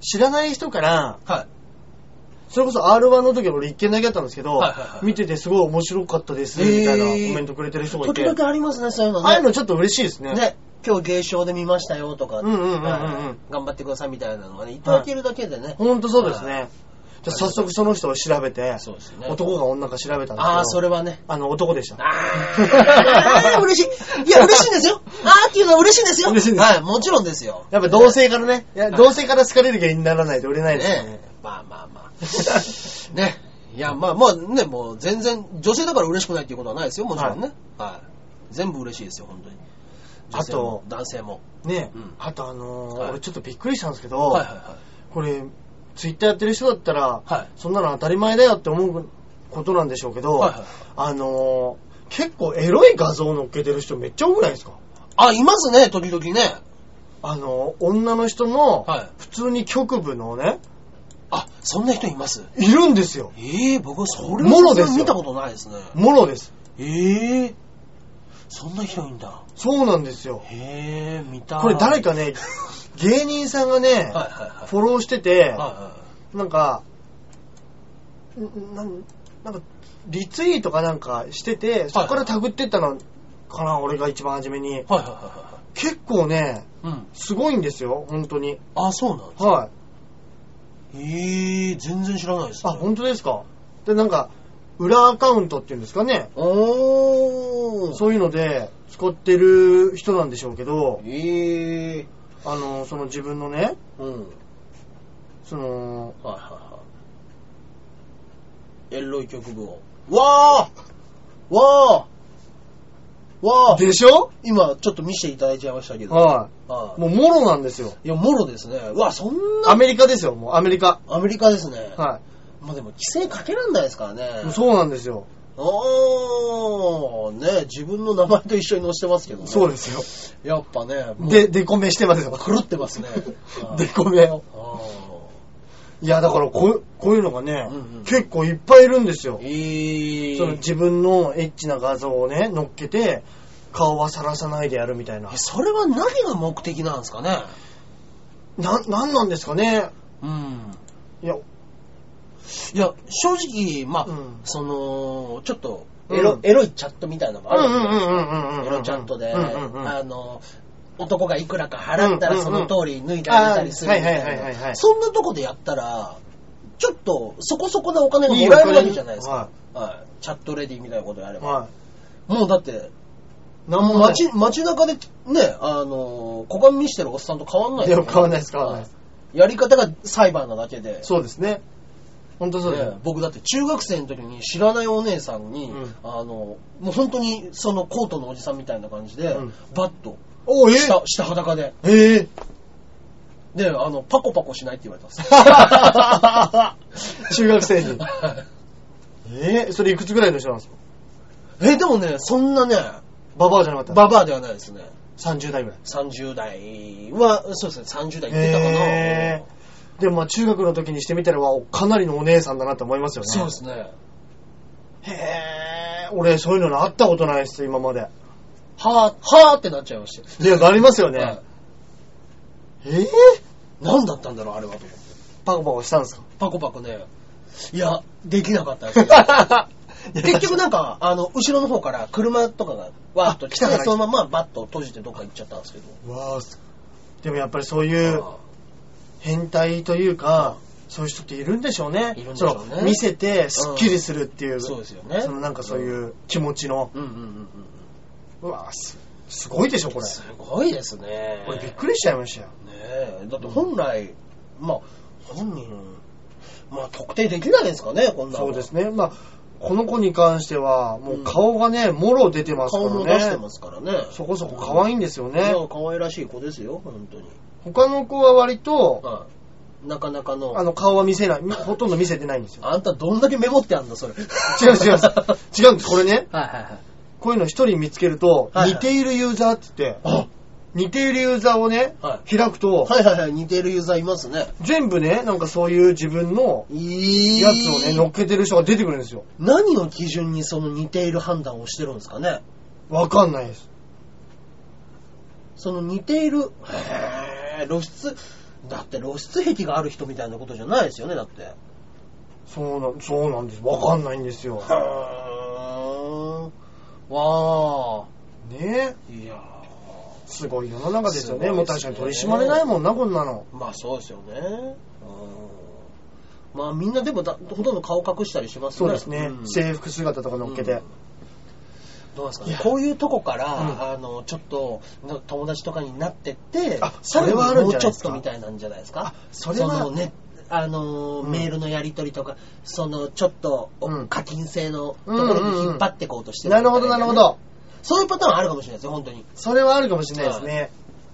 B: 知らない人から、
A: はい。
B: それこそ R1 の時俺一件だけだったんですけど、
A: はいはいはい
B: 見ててすごい面白かったです、みたいな
A: え
B: コ
A: ー
B: メントくれてる人がい
A: 時
B: て、
A: 々ありますね、そういうのね。
B: ああいうのちょっと嬉しいですね。
A: ね、今日芸賞で見ましたよとか、
B: うんうんうんうんうん
A: はい頑張ってくださいみたいなのがね、いただけるだけでね。
B: ほんとそうです
A: は
B: ね。じゃあ早速その人を調べて、
A: そうですね。
B: 男が女か調べたんですけど、
A: ああ、それはね。
B: あの男でした。
A: ああ、 *laughs* 嬉し
B: *laughs*
A: い。いや、嬉しいんですよ。ああっていうのは嬉しいんですよ。
B: 嬉しいです
A: はい、もちろんですよ。
B: やっぱ同性からね、いや
A: はい
B: 同性から好かれる芸人にならないと売れないですよね
A: ね。。まあまあ
B: *laughs*
A: まあ。ね。いや、まあまあね、もう全然、女性だから嬉しくないっていうことはないですよ、もちろんね。はい。全部嬉しいですよ、本当に。女性も
B: あと
A: 男性も。
B: ね、
A: うん
B: あとあのー
A: はい
B: 俺ちょっとびっくりしたんですけど、
A: はいはいはい。
B: これ、ツイッターやってる人だったら、
A: はい
B: そんなの当たり前だよって思うことなんでしょうけど、
A: はいはいはい
B: あのー結構エロい画像を載っけてる人めっちゃ多くないですか
A: あ、いますね、時々ね。
B: あのー女の人の、
A: はい。
B: 普通に局部のね、
A: あ、そんな人います
B: いるんですよ。
A: ええ僕、それ
B: もろ
A: は
B: ですよ
A: 見たことないですね。
B: もろです。
A: ええそんな人いんだ。
B: そうなんですよ。
A: へえ、見たい。
B: これ誰か
A: ね。
B: ね、芸人さんがね、
A: はいはいはい。
B: フォローしてて、
A: はいはい
B: なんか、んなんなんか、リツイートかなんかしてて、そこからタグってったのかな、俺が一番初めに。
A: はいはいは
B: 結構ね、
A: いはい。うん。
B: すごいんですよ、本当に。
A: あ、そうなんですか。
B: はい。
A: ええ全然知らないです、
B: あ、
A: ね。
B: 本当ですか。で、なんか、裏アカウントっていうんですかね。
A: おー。
B: そういうので、使ってる人なんでしょうけど、
A: ええ
B: あの、その自分のね、
A: うん。
B: その、
A: はいはいはい。エロい曲部を。わーわーわー
B: でしょ
A: 今、ちょっと見せていただいちゃいましたけど。
B: は
A: は
B: い。
A: い
B: もう、もろなんですよ。
A: いや、もろですね。うわ、そんな。
B: アメリカですよ、もう、アメリカ。
A: アメリカですね。
B: は
A: まあでも、規制かけらんないですからね。
B: い。そうなんですよ。
A: おー、ね、自分の名前と一緒に載せてますけどね。
B: そう
A: す。
B: ですよ。
A: やっぱね、もう
B: で、デコめしてますよ。。
A: 狂ってます *laughs* ね
B: デコめを。
A: あー
B: いや、だからこう、こういうのがね、
A: うんうん
B: 結構いっぱいいるんですよ。
A: えー
B: その自分のエッチな画像をね、乗っけて、顔はさらさないでやるみたいな
A: え。それは何が目的なんですかね
B: な、なんなんですかね
A: うん。
B: いや、
A: いや、正直、まあ、
B: うん
A: その、ちょっと、エロ、
B: うん
A: エロいチャットみたいなのもあるんですよ。
B: うんうんうんうんうんうんうん
A: エロチャットで、
B: うんうんうん
A: あの、男がいくらか払った
B: う
A: ら
B: ん
A: そ
B: うんう
A: の
B: ん
A: 通り脱いであげたりするみた
B: あーはいはいはいいはい
A: な
B: はい
A: そんなとこでやったらちょっとそこそこなお金が
B: いい
A: も
B: お
A: らえ
B: 金
A: るわけじゃないですか
B: は
A: はいチャットレディみたいなことやれば、
B: は
A: もうだって
B: い。なんもない。
A: 街街中でねあの股間見してるおっさんと変わんない
B: いや変わんないです変わんないです
A: はいやり方が裁判なだけで
B: そうですね。本当そうです
A: ね。僕だって中学生の時に知らないお姉さんに、
B: うん
A: あのもう本当にそのコートのおじさんみたいな感じで、
B: うん
A: バッと
B: おえ
A: 下下裸で
B: ええ
A: であのパコパコしないって言われたんです
B: *laughs* 中学生
A: *laughs*
B: に。ええそれいくつぐらいの人なんですか
A: えでもねそんなね
B: ババアじゃなかった
A: ババアではないですね
B: 30代ぐらい。
A: 30代はそうですね30代いってたかな、
B: へでもまあ中学の時にしてみたら、わかなりのお姉さんだなと思いますよね。
A: そうですね
B: へえ、俺そういうのあったことないです、今まで。
A: はあはあってなっちゃいました
B: いや、なりますよね。
A: はい
B: ええ
A: 何だったんだろうあれはと思って
B: パコパコしたんですか
A: パコパコねいやできなかったです
B: *laughs*
A: ね *laughs* 結局なんか、あの、後ろの方から車とかがわーっと来て
B: あ来たから、来た
A: そのままバッと閉じてどっか行っちゃったんですけど。
B: わあすでもやっぱりそういう
A: あ
B: 変態というか、そういう人っているんでしょうね。
A: いるんでしょうね
B: その見せて、スッキリするっていう、
A: ーそうですよね。
B: そのなんかそういう気持ちの。
A: うんうんうんうん。
B: うわあす、すごいでしょ、これ。
A: すごいですね。
B: これびっ
A: ね
B: くりしちゃいましたよ。
A: えだって本来、まあ、本人、まあ特定できないですかね、こんなの
B: そうですね。まあ、この子に関しては、もう顔がね、もろ出てますから
A: 顔
B: ね。
A: も出してますからね。
B: そこそこ可愛いんですよ
A: い
B: ね
A: や。可愛らしい子ですよ、本当に。
B: 他の子は割と、
A: はいなかなかの。
B: あの、顔は見せない。みほとんど見せてないんですよ。
A: あんたどんだけメモってあんだ、それ。違
B: 違
A: う
B: う違う
A: はいは。 *laughs*
B: 違うんです。これね、
A: いはい。
B: こういうの一人見つけると、
A: はいはい
B: 似ているユーザーって言って、
A: あ
B: 似ているユーザーをね、
A: は
B: 開くと、
A: はいはいはい、似てるユーザーいますね。
B: 全部ね、なんかそういう自分の
A: い
B: やつをね、乗っけてる人が出てくるんですよ。
A: 何を基準にその似ている判断をしてるんですかね
B: わかんないです。
A: その似ている、へー露出、だって露出癖がある人みたいなことじゃないですよね、だって。
B: そうなん、そうなんです。わかんないんですよ。
A: はーわ
B: ね
A: ー。いや
B: すごい世の中ですよね。
A: すごい
B: も
A: ですね
B: う確かに取り締まれないもんな、こんなの。
A: ー。まあそうですよね。うんまあみんなでもだほとんど顔隠したりしますね。
B: そうですね。
A: ん
B: 制服姿とか乗っけ
A: うん
B: て。
A: どうなんですか
B: い
A: ね
B: や、
A: こういうとこから、
B: うん
A: あのちょっとの友達とかになってって
B: あそれはあるんじゃないですか
A: さらにもうちょっとみたいなんじゃないですか
B: あそれは
A: のねあのー
B: うん
A: メールのやり取りとかそのちょっと、お
B: うん
A: 課金制のところに引っ張っていこうとしてる
B: な
A: みた
B: る
A: い
B: ほ
A: ね、
B: ど、なるほど。
A: そういうパターンあるかもしれないですよ本当に
B: それはあるかもしれないですね。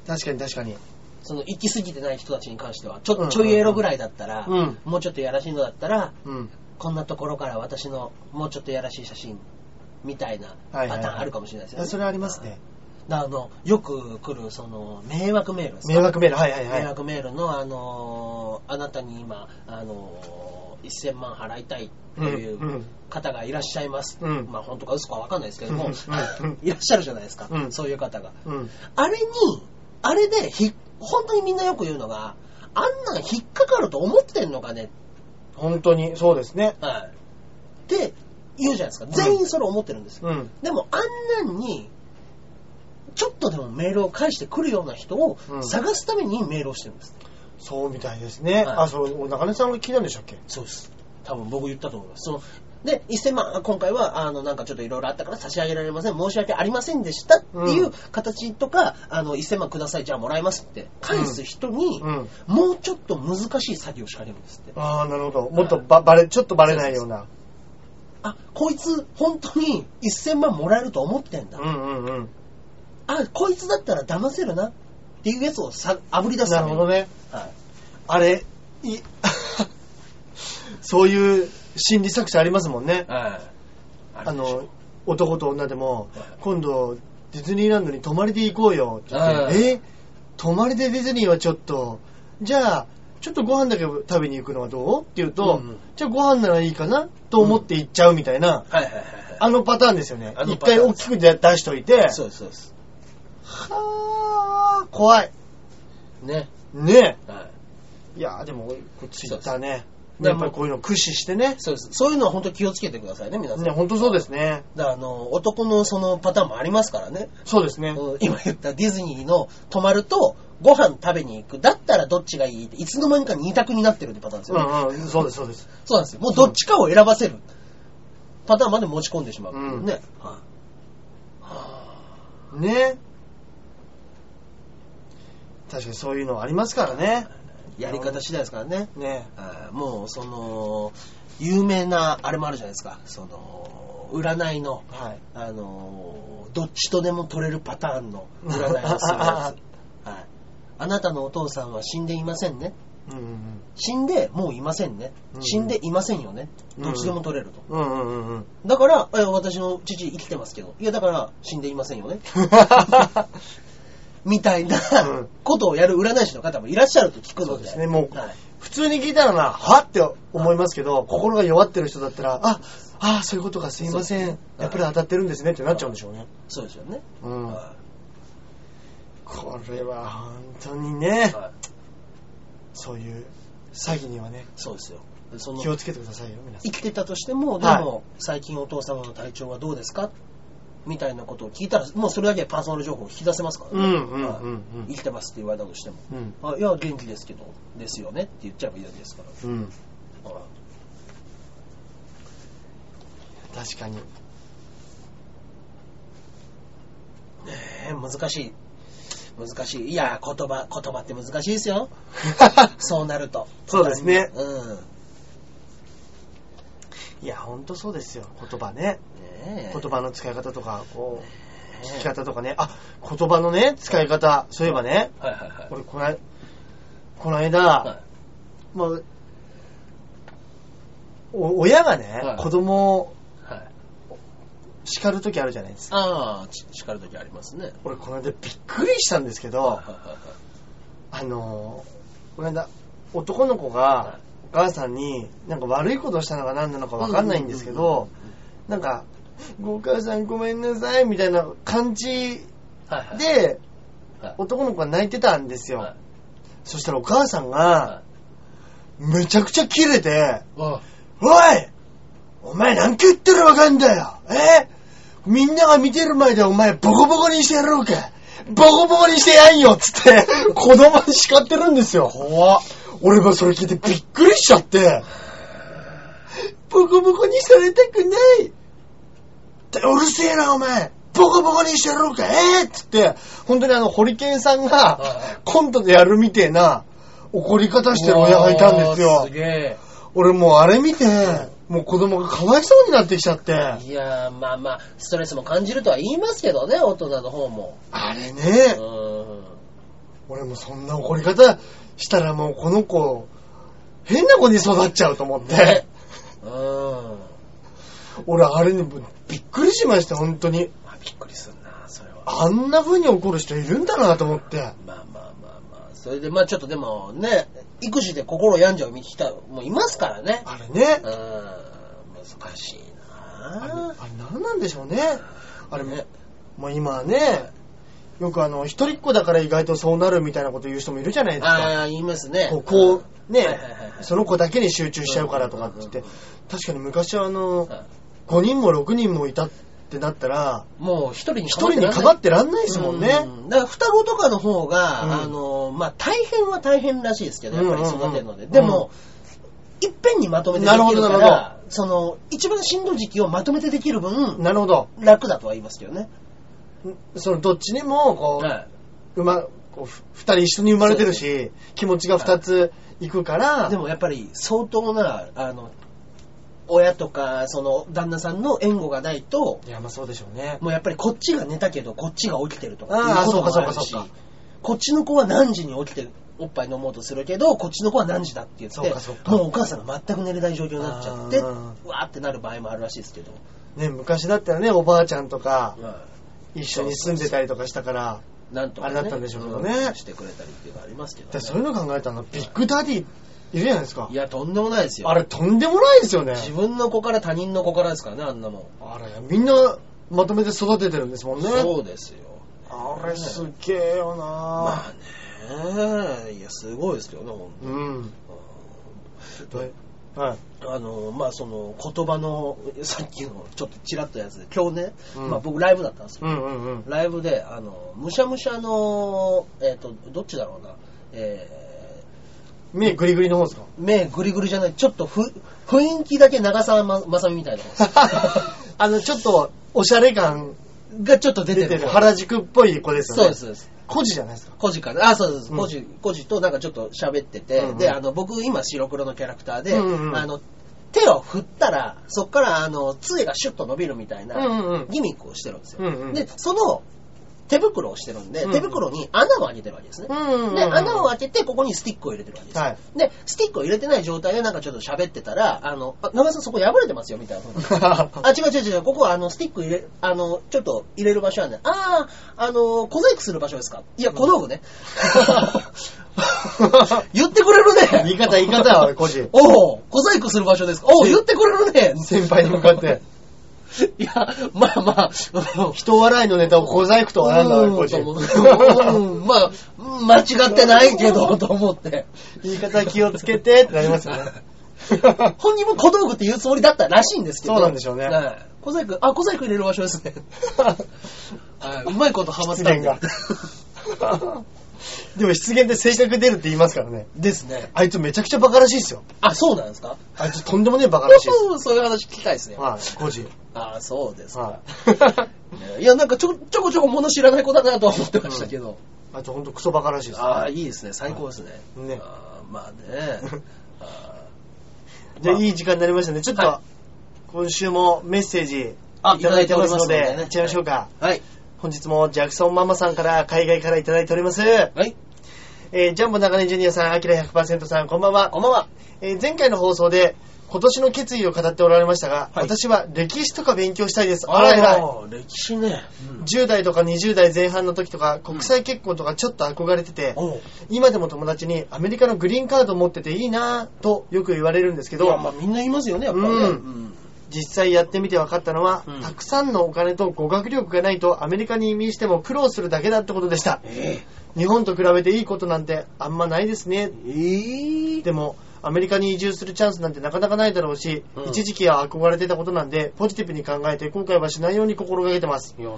B: 確かに確かに。
A: その行き過ぎてない人たちに関してはちょ,、
B: うんうんうん
A: ちょいエロぐらいだったら、
B: うん
A: もうちょっとやらしいのだったら
B: うん。
A: こんなところから私のもうちょっとやらしい写真みたいなパ
B: はい
A: タ
B: はいはい
A: ーンあるかもしれないですよね、
B: それありますね。
A: あの、よく来る、その、迷惑メールですか
B: 迷惑メール、はいはい
A: 迷
B: はい。
A: 惑メールの、あのーあなたに今、あのー1000万払いたいっていう
B: うんうん
A: 方がいらっしゃいます。
B: うん
A: まあ、本当か嘘かわかんないですけど
B: う
A: も、
B: んうん
A: *laughs* いらっしゃるじゃないですか、
B: うん
A: そういう方が。
B: うん。
A: あれに、あれでひ、本当にみんなよく言うのが、あんなん引っかかると思ってんのかね、
B: 本当に、そうですね。
A: はい。って言うじゃないですか。全員それ思ってるんですよ。
B: うん。
A: でもあんなんに、ちょっとでもメールを返してくるような人を
B: うん
A: 探すためにメールをしてるんです。
B: そうみたいですね。
A: はい
B: あ、そう、中根さんが聞いたんでしたっけ
A: そうです。多分僕言ったと思います。そので、1000万、あ今回は、あの、なんかちょっといろいろあったから差し上げられません。申し訳ありませんでしたっていううん形とか、あの、1000万ください、じゃあもらいますって返す人に、
B: うん。
A: もうちょっと難しい作業を仕掛けるんですって。
B: ああ、なるほど。もっとば、ばれ、ちょっとバレないような。
A: あ、こいつ、本当に1000万もらえると思ってんだ。
B: うんうんうん。
A: あ、こいつだったら騙せるなっていうやつをさ、あぶり出す
B: な
A: た
B: る
A: め
B: ほ
A: に。
B: どね。
A: はい。
B: あれ、い、 *laughs* そういう心理作者ありますもんね。
A: はい。
B: あの、男と女でも
A: はい、
B: 今度、ディズニーランドに泊まりで行こうよって言っ
A: はい
B: て、え泊まりでディズニーはちょっと、じゃあ、ちょっとご飯だけ食べに行くのはどうって言うと、
A: うんうん
B: じゃあご飯ならいいかなと思って行っちゃうみたいな、
A: はいはいはい
B: あのパターンですよね
A: あ。の
B: 一
A: パターン
B: 回大きく出しといて
A: はい。、そうです、そうです。
B: はぁ、怖い。
A: ね。
B: ね
A: はい。
B: え。いやーでも、ツイッターね、やっぱりこういうのを駆使してね。
A: そうです。そういうのは本当気をつけてくださいね、皆さん。
B: ね、本当そうですね。
A: だからあの、男のそのパターンもありますからね。
B: そうですね。
A: うん今言ったディズニーの泊まると、ご飯食べに行く。だったらどっちがいいって、いつの間にか二択になってるってパターンです
B: う
A: よね。
B: んうん、そうです、そうです。
A: そうなんですよ。もうどっちかを選ばせる。パターンまで持ち込んでしまう。
B: うん
A: ね。は
B: ね。確かにそういうのありますからね。
A: いやり方次第ですからね。
B: ね。
A: あーもう、その、有名な、あれもあるじゃないですか。その、占いの、
B: はい。
A: あのーどっちとでも取れるパターンの占い
B: *laughs*
A: をするやつ。はい。あなたのお父さんは死んでいませんね。
B: うんうん
A: 死んでもういませんね。
B: うん
A: 死んでいませんよね。
B: うん
A: どっちでも取れると。
B: うん。うんうん
A: *laughs*
B: うんうん。
A: だから、え私の父生きてますけど。いや、だから死んでいませんよね。みたいな
B: うん
A: ことをやる占い師の方もいらっしゃると聞く
B: そ
A: の
B: う
A: で。
B: ですね。もう
A: はい、
B: 普通に聞いたらな、はって思いますけど、心が弱ってる人だったら、あ、あそういうことか、すいません。やっぱり当たってるんですねってなっちゃうんでしょうね。
A: そうですよね。
B: うん。
A: は
B: これは本当に
A: い
B: ね、
A: はい
B: そういう詐欺にはね、
A: そうですよ。その
B: 気をつけてくださいよ、皆さ
A: 生きてたとしても、でも、最近お父様の体調はどうですかみたいなことを聞いたら、もうそれだけでパーソナル情報を引き出せますから
B: う
A: ね。
B: んうんうんうん
A: はい生きてますって言われたとしても。
B: ん。うん。
A: あいや、元気ですけど、ですよねって言っちゃえばいいだけですから。
B: うん。
A: はい
B: 確かに。
A: ねえ、難しい。難しい。いや、言葉、言葉って難しいですよ。そうなると。
B: *laughs* そうですね
A: うん。ね
B: いや、本当そうですよ。言葉ね。
A: え
B: 言葉の使い方とか、こう、
A: ねえ
B: 聞き方とかね。あ、言葉のね、使い方。そういえばね、
A: はいはいはい。
B: 俺、こない、この
A: は
B: 間、まあ、お親がね
A: はい、
B: 子供を
A: い。はい、
B: 叱るときあるじゃないですか。
A: ああ、ち叱るときありますね。
B: 俺、この間びっくりしたんですけど
A: はい、はいはいは
B: あ
A: い
B: のー、この間、男の子が、お母さんに、なんか悪いことをしたのか何なのかわかんないんですけど、なんか、ごお母さんごめんなさい、みたいな感じ
A: はいはい、
B: で、
A: はい
B: 男の子が泣いてたんですよ。
A: はい
B: そしたらお母さんが、めちゃくちゃキレて、
A: はい
B: おいお前何回言ってるわかんだよえみんなが見てる前でお前ボコボコにしてやろうかボコボコにしてやんよつって、 *laughs* 子供に叱ってるんですよ。
A: 怖っ。
B: 俺もそれ聞いてびっくりしちゃって、ボコボコにされたくないってうるせえな、お前ボコボコにしてやろうかええっつって、本当にあの、ホリケンさんが
A: はいはい
B: コントでやるみてえな怒り方してる親がいたんです
A: う
B: よ
A: わーす。げえ。
B: 俺もうあれ見て、もう子供がかわいそうになってきちゃって。
A: いやー、まあまあ、ストレスも感じるとは言いますけどね、大人の方も。
B: あれ
A: う
B: ね、
A: ん。
B: 俺もそんな怒り方したらもうこの子、変な子に育っちゃうと思って
A: ね。うん。
B: 俺あれにびっくりしました、本当に。
A: まあ、びっくりすんな、それは。
B: あんな風に怒る人いるんだなと思って。
A: まあまあまあまあ、それでまあちょっとでもね、育児で心病んじゃう人もいますからね。
B: あれね
A: う、ん、難しい
B: あれ
A: な
B: あれ何なんでしょうね。あれ
A: ね
B: もう今はね、よくあの、一人っ子だから意外とそうなるみたいなこと言う人もいるじゃないですか。
A: ああ、言いますね。
B: こう、こう
A: はいはい
B: ね
A: はいは、い
B: その子だけに集中しちゃうからとかって言っ
A: う
B: て
A: んうんうん、
B: 確かに昔はあの
A: はい、
B: 5人も6人もいたってなったら、
A: もう一人に
B: 1人にかばってらんない
A: で
B: ですもんね。
A: だから双子とかの方が、
B: うん
A: あの、まあ大変は大変らしいですけど、やっぱり育てるので。
B: うんうんうん
A: でも、いっぺんにまとめてでき
B: なるほ
A: る
B: ど
A: か
B: なる
A: ら、その、一番しんどい時期をまとめてできる分、
B: なるほど。
A: 楽だとは言いますけどね。
B: そのどっちにも、こ、
A: はいう
B: うま、こう、ふ二人一緒に生まれてるし、気持ちが二ついくから
A: で、もやっぱり相当な、あの、親とか、その、旦那さんの援護がないと、
B: いや、まあそうでしょうね。
A: もうやっぱりこっちが寝たけど、こっちが起きてるとか、
B: あー
A: いうこともある
B: そうか
A: し
B: そうかそうか、
A: こっちの子は何時に起きておっぱい飲もうとするけど、こっちの子は何時だって言って、
B: そうかそうか
A: もうお母さんが全く寝れない状況になっちゃって、
B: あ
A: う
B: ー
A: わーってなる場合もあるらしいですけど、
B: ね、昔だったらね、おばあちゃんとか、
A: ま
B: 一緒に住んでたりとかしたから、
A: あなんとか、ね、
B: あれだったんでしょうけどね
A: んしてくれたりっていうのはありますけど、
B: だか
A: ね
B: ら、そういうの考えたら、ビッグダディいるじゃないですか
A: い。や、とんでもないですよ。
B: あれ、とんでもないですよね。
A: 自分の子から他人の子からですからね、あんなもん。
B: あれ、みんなまとめて育ててるんですもんね。
A: そうですよ。
B: あれすっげえよな、
A: まあねいや、すごいですけどね、ほんと
B: うん。どうやはい。
A: あのまあその言葉のさっきのちょっとちらっとやつで今日ね、
B: うん
A: まあ、僕ライブだったんですよ、
B: うんうんうん。
A: ライブであのむしゃむしゃのえっ、とどっちだろうなえ
B: 目グリグリの方ですか
A: ー、目ぐりぐりじゃないちょっとふ雰囲気だけ長澤ままさみみたいな方で
B: *laughs*
A: す *laughs*
B: あの、ちょっと、おしゃれ感
A: がちょっと出
B: 出
A: て
B: て
A: る
B: る原宿っぽい子ですよね。
A: そうです。そうです
B: 孤児じゃないですか。
A: コジかなあ、そうです。
B: うん
A: コジ、コジとなんかちょっと喋ってて、
B: うんうん
A: で、あの、僕今白黒のキャラクターで、
B: うんうんうん
A: あの、手を振ったら、そっからあの、杖がシュッと伸びるみたいな、
B: んうん。
A: ギミックをしてるんですよ。
B: うんうん
A: で、その、手袋をしてるん
B: う
A: で、
B: んうん
A: 手袋に穴を開けてるわけですね。
B: うんうんうん
A: で、穴を開けて、ここにスティックを入れてるわけですよ、
B: はい
A: で、スティックを入れてない状態でなんかちょっと喋ってたら、あの、あ、長井さんそこ破れてますよ、みたいな。あ、違う違う違う、ここはあの、スティック入れ、あの、ちょっと入れる場所なんで、ああ、あの、小細工する場所ですかいや、小道具ね。 *laughs* 言ってくれるね。
B: 言い方言い方は、孤児。
A: おお、小細工する場所ですかおお、言ってくれるね。
B: 先輩に向かって。
A: *laughs* いや、まあまあ、うん
B: *laughs* 人笑いのネタを小細工と笑うんだわ、孤児。
A: うんまあ、うん間違ってないけど、と思って。
B: 言い方気をつけてってなりますよね。
A: 本人も小道具って言うつもりだったらしいんですけど。
B: そうなんでしょうね
A: はい小細工、あ、小細工入れる場所ですね。はいうまいことハマったんで
B: 失言が。 *laughs* でも失言で性格出るって言いますからね。
A: *laughs* ですね。
B: あいつめちゃくちゃバカらしいですよ。
A: あ、そうなんですか
B: あいつとんでもねえバカらしいです。
A: *laughs* そういう話聞きたいですね。
B: はい、5時。
A: あそうですか。
B: はい。
A: ねいや、なんかちょ、ちょこちょこ物知らない子だなとは思ってましたけど。
B: あいつほんとクソバカらしいです。
A: ああ、いいですね。最高ですね。
B: はいね
A: あーま
B: *laughs*
A: あね。あ
B: じゃあ
A: まあ
B: いい時間になりましたね。ちょっと
A: は、
B: 今週もメッセージ
A: あ
B: いただいてますの
A: いただい
B: で
A: ておりますので、ね
B: やっちゃいましょうか。
A: ーはい。
B: 本日もジャクソンママさんから海外からいただいております。
A: はい。
B: えージャンボ中根ジュニアさん、アキラ100%さん、こんばんは
A: こ。んばんは。
B: えー前回の放送で今年の決意を語っておられましたが、
A: はい
B: 私は歴史とか勉強したいです。あらえらい。
A: ー歴史ね。うん
B: 10代とか20代前半の時とか国際結婚とかちょっと憧れてて、
A: おう
B: 今でも友達にアメリカのグリーンカード持ってていいなぁとよく言われるんですけ
A: いや、ま
B: ど
A: あみんな言いますよね、やっぱりね。
B: うん
A: うん
B: 実際やってみて分かったのは、
A: うん
B: たくさんのお金と語学力がないとアメリカに移民しても苦労するだけだってことでした
A: え
B: 日本と比べていいことなんてあんまないですね
A: えええ
B: でもアメリカに移住するチャンスなんてなかなかないだろうし、
A: うん
B: 一時期は憧れてたことなんでポジティブに考えて後悔はしないように心がけてます
A: いやね。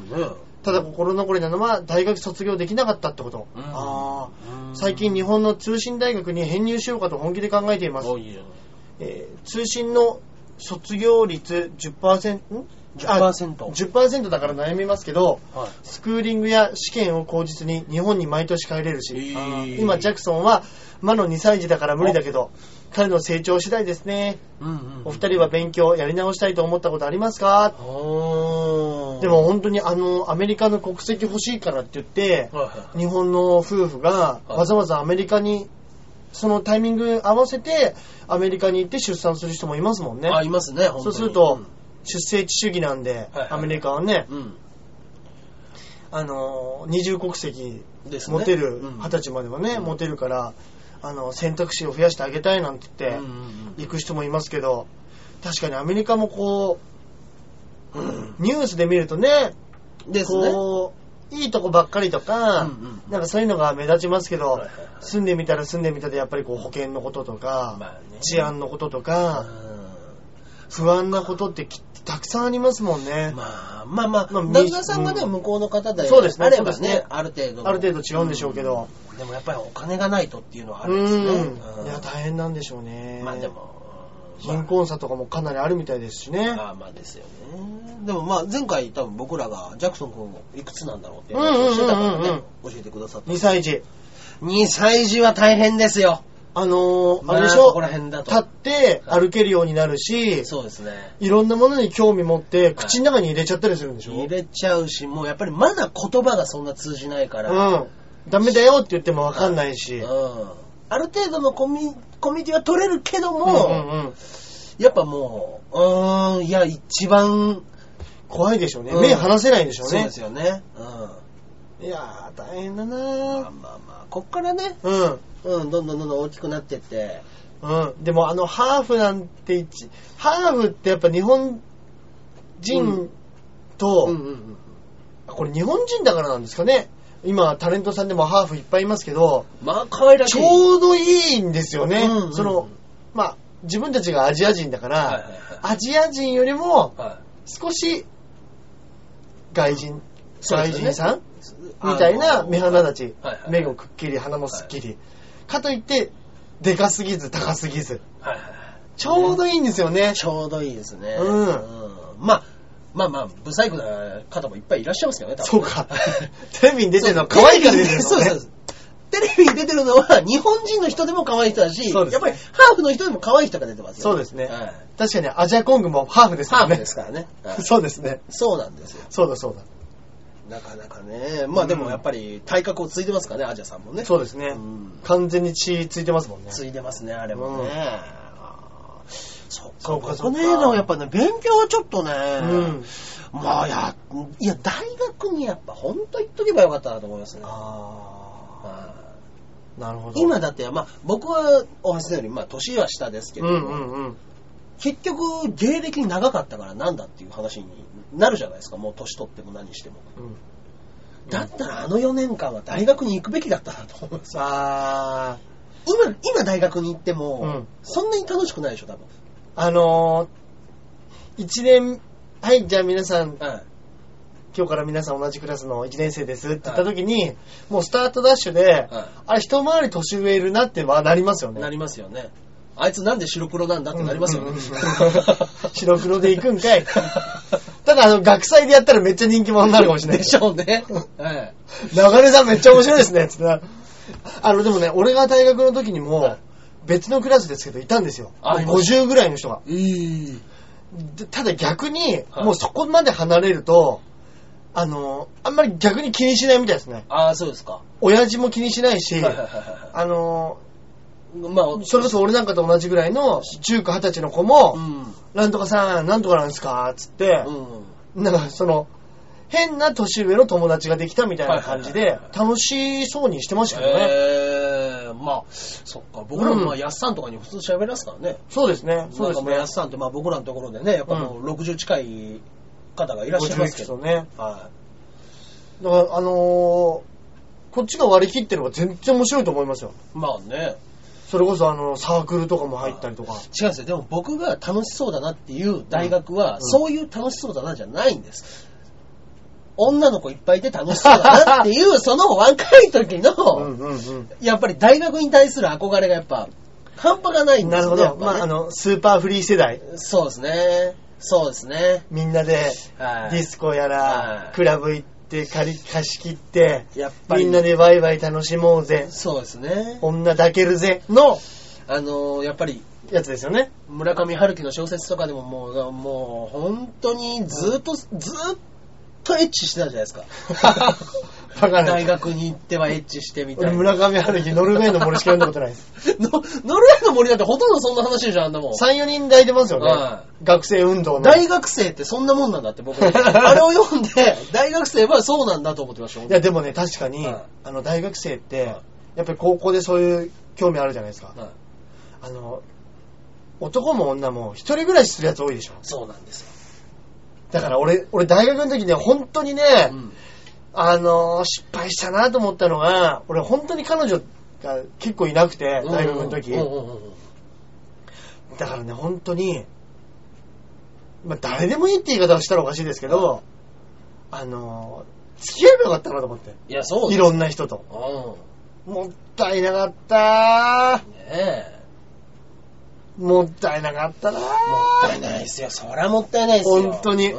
B: ただ心残りなのは大学卒業できなかったってこと、
A: うん
B: ああ
A: うん
B: 最近日本の通信大学に編入しようかと本気で考えています、
A: おいいじゃない
B: えー通信の卒業率 10%, んあ
A: 10%。
B: 10%だから悩みますけど
A: はい。
B: スクーリングや試験を口実に日本に毎年帰れるし、
A: えー
B: 今ジャクソンは魔の2歳児だから無理だけど彼の成長次第ですね
A: うんうん
B: お二人は勉強やり直したいと思ったことありますか
A: おー
B: でも、本当にあのアメリカの国籍欲しいからって言って、
A: はいはいはい
B: 日本の夫婦が
A: はい
B: わざわざアメリカにそのタイミング合わせてアメリカに行って出産する人もいますもんね
A: あ、いますね、本当
B: そうする
A: に
B: と、出生地主義なんで、
A: はいはい
B: アメリカはね、
A: うん。
B: あの二重国籍
A: ですね
B: 持てる
A: うん
B: 二十歳まではね、
A: うん
B: 持てるからあの選択肢を増やしてあげたいなんて
A: うん
B: 言って
A: うん
B: 行く人もいますけど確かにアメリカもこ
A: うんうん
B: うニュースで見るとね
A: ですね。
B: こういいとこばっかりとか、
A: うんうんうん
B: なんかそういうのが目立ちますけど、
A: はいはいはい
B: 住んでみたら住んでみたでやっぱりこう保険のこととか、
A: まあね
B: 治安のことと
A: う
B: か、
A: ん
B: 不安なことってきたくさんありますもんね。
A: まあまあまあ、
B: まあ
A: 旦那さんがね、
B: うん
A: 向こうの方で、
B: そうですね
A: あれば
B: そうです
A: ね
B: ね、
A: ある程度の。
B: ある程度違うんでしょうけど。
A: うん。でもやっぱりお金がないとっていうのはあ
B: う
A: るんですね
B: ん。
A: うん。
B: いや、大変なんでしょうね。
A: まあでも、
B: 貧困差とかもかなりあるみたいですしね。
A: まあまあですよね。でもまあ前回多分僕らがジャクソン君もいくつなんだろうって話をしてたから
B: うんうんうん
A: ね
B: う、
A: 教えてくださった。
B: 2歳児。
A: 2歳児は大変ですよ。
B: あのー、あれでし
A: まあ
B: ょ
A: ここら辺だと
B: 立って歩けるようになるし、
A: そうですね。
B: いろんなものに興味持って、口の中に入れちゃったりするんでしょ、
A: 入れちゃうし、もうやっぱりまだ言葉がそんな通じないから、
B: うん。ダメだよって言ってもわかんないし。
A: うんある程度のコミコミュニティは取れるけど
B: う
A: も、
B: んうんうん
A: やっぱもう、うーん、いや、一番、
B: 怖いでしょうね。
A: うん
B: 目離せないんでしょう
A: そう
B: ね
A: で。すよね。うん。
B: いやー、大変だ
A: まあ
B: なー
A: まあまあ、こっからね、
B: うん。
A: うん、どんどんどんどん大きくなってって、
B: うん、でもあのハーフなんて一ハーフってやっぱ日本
A: う
B: 人
A: ん
B: と、
A: うんうんうん。
B: これ日本人だからなんですかね今タレントさんでもハーフいっぱいいますけど
A: まあ、可愛らしい。
B: ちょうどいいんですよね、
A: うんうん
B: そのまあ自分たちがアジア人だから、
A: はいはい
B: アジア人よりも
A: は
B: 少し外人、
A: そうで
B: 外
A: すね
B: 人さん
A: い。
B: みたいな目鼻立ち、
A: はいはい
B: 目もくっきり、鼻もすっきり。かといって、でかすぎず、高すぎず。
A: はいは
B: ちょうどいいんですよね
A: い。。ちょうどいいですね。
B: うん
A: んまあ、まあまあ、不細工な方もいっぱいいらっしゃいますけどね、多
B: そう
A: 分 *laughs*
B: か。テレビに出てるのは可愛いから出てるのね。
A: そうです。テレビに出てるのは、日本人の人でも可愛い人だし、
B: そうです
A: やっぱりハーフの人でも可愛い人が出てますよ
B: そうですね
A: はい
B: 確かにアジアコングもハーフですか
A: ハ
B: ら
A: ーフ
B: ね。
A: ですからね。はい
B: そうですね。
A: そうなんですよ。
B: そうだそうだ。
A: なかなかね。まあでもやっぱり体格をついてますからね、アジャさんもね。
B: そうですね。
A: うん
B: 完全に血ついてますもんね。
A: ついてますね、あれ
B: う
A: もね。
B: ん
A: あーそっか、
B: そうかそうか
A: 僕ね、でもやっぱね、勉強はちょっとね、
B: うん
A: まあや、いや、大学にやっぱ本当行っとけばよかったなと思いますね。
B: あ
A: あー
B: あ、なるほど。
A: 今だって、まあ、僕は大橋さんより、まあ、年は下ですけ
B: う
A: ど、
B: んうんうん。
A: 結局、芸歴長かったからなんだっていう話になるじゃないですか、もう年取っても何しても。
B: うん
A: だったら、あの4年間は大学に行くべきだったなと思います。
B: あ
A: 今、今大学に行っても、
B: うん
A: そんなに楽しくないでしょ、多分。
B: あ、あのー、一年、はい、じゃあ皆さん、
A: はい。
B: 今日から皆さん同じクラスの1年生ですって言った時に、もうスタートダッシュで、
A: は
B: あれ一回り年上いるなってはなりますよ
A: い、
B: ね。
A: なりますよね。あいつなんで白黒なんだってなりますよ
B: うん *laughs*
A: ね
B: うんうん。白黒で行くんか
A: *laughs*
B: い。ただあの、学祭でやったらめっちゃ人気者になるかもしれない。
A: *laughs* でしょ
B: *laughs*
A: うね。はい。
B: 流れさんめっちゃ面白いですね、つってな。あの、でもね、俺が大学の時にも、別のクラスですけど、いたんですよ。
A: あいまし
B: 50ぐらいの人が。
A: えー、
B: でただ逆に、
A: はい
B: もうそこまで離れると、あの、あんまり逆に気にしないみたいですね。
A: ああ、そうですか。
B: 親父も気にしないし、
A: はいはいは
B: あの、
A: いはい。まあ、
B: それこそ俺なんかと同じぐらいの中華二十歳の子も、
A: うん。
B: なんとかさん、なんとかなんですか、つって、
A: うん。
B: なんかその、変な年上の友達ができたみたいな感じ
A: はいはい
B: で
A: はい、
B: 楽しそうにしてましたよね。
A: えー、まあ、そっか、僕らもまあ、
B: うん
A: やっさんとかに普通喋らすからね。
B: そうですね。そう
A: なん
B: で
A: か
B: す
A: もうや
B: ね
A: っ。さんって、まあ僕らのところでね、やっぱもうう60近い方がいらっしゃいますけ
B: と
A: ど。
B: ね。
A: は
B: だから、あのーこっちが割り切ってれば全然面白いと思いますよ。
A: い。まあね。
B: それこそ、あの、サークルとかも入ったりとか。
A: 違うんですよ。でも僕が楽しそうだなっていう大学は、
B: ん
A: そういう楽しそうだなじゃないんです。女の子いっぱいいて楽しそうだなっていう、その若い時の、
B: うんうんう
A: やっぱり大学に対する憧れがやっぱ、半端がないん
B: ん。
A: で
B: な
A: す
B: る
A: よ
B: ほど。
A: ね。やっぱ
B: ま
A: ね
B: あ、あの、スーパーフリー世代。
A: そうですね。そうですね。
B: みんなで、
A: は
B: ディスコや
A: は
B: ら
A: い、
B: クラブ行って、借り、貸し切って、
A: やっぱり
B: みんなでワイワイ楽しもうぜ。
A: そうですね。
B: 女抱けるぜ。の、
A: あのーやっぱり、
B: やつですよね。
A: 村上春樹の小説とかでももう、もう、本当にずっと、ずっとエッチしてたじゃないで
B: *laughs*
A: すか。
B: バカな
A: 大。学に行ってはエッチしてみた
B: 俺、
A: いな。
B: 村上春樹、ノルウェーの森しか読んだことないです。
A: のノルウェーの森なんてほとんど *laughs* そんな話でしょ、あんなもん。
B: 3、4人抱いてますよね。
A: はい
B: 学生運動の。
A: 大学生ってそんなもんなんだっ
B: *laughs*
A: て僕、あれを読んで、大学生はそうなんだと思ってました。
B: いやでもね確かに、
A: はい
B: あの大学生ってやっぱり高校でそういう興味あるじゃないですか、
A: はい
B: あの男も女も一人暮らしするやつ多いでしょ
A: そうなんですよ。
B: だから俺俺大学の時ね本当にね、
A: うん
B: あの失敗したなと思ったのが俺本当に彼女が結構いなくて大学の時、
A: うんうんうんうん
B: だからね本当にまあ誰でもいいって言い方をしたらおかしいですけど、あの付き合えばよかったなと思って
A: いや、そう
B: い
A: です。
B: ろんな人と
A: う
B: もったいなかったー
A: ん。ねえ。
B: もったいなかったなぁ
A: もったいないですよ。そりゃもったいないですよ。
B: 本当に
A: う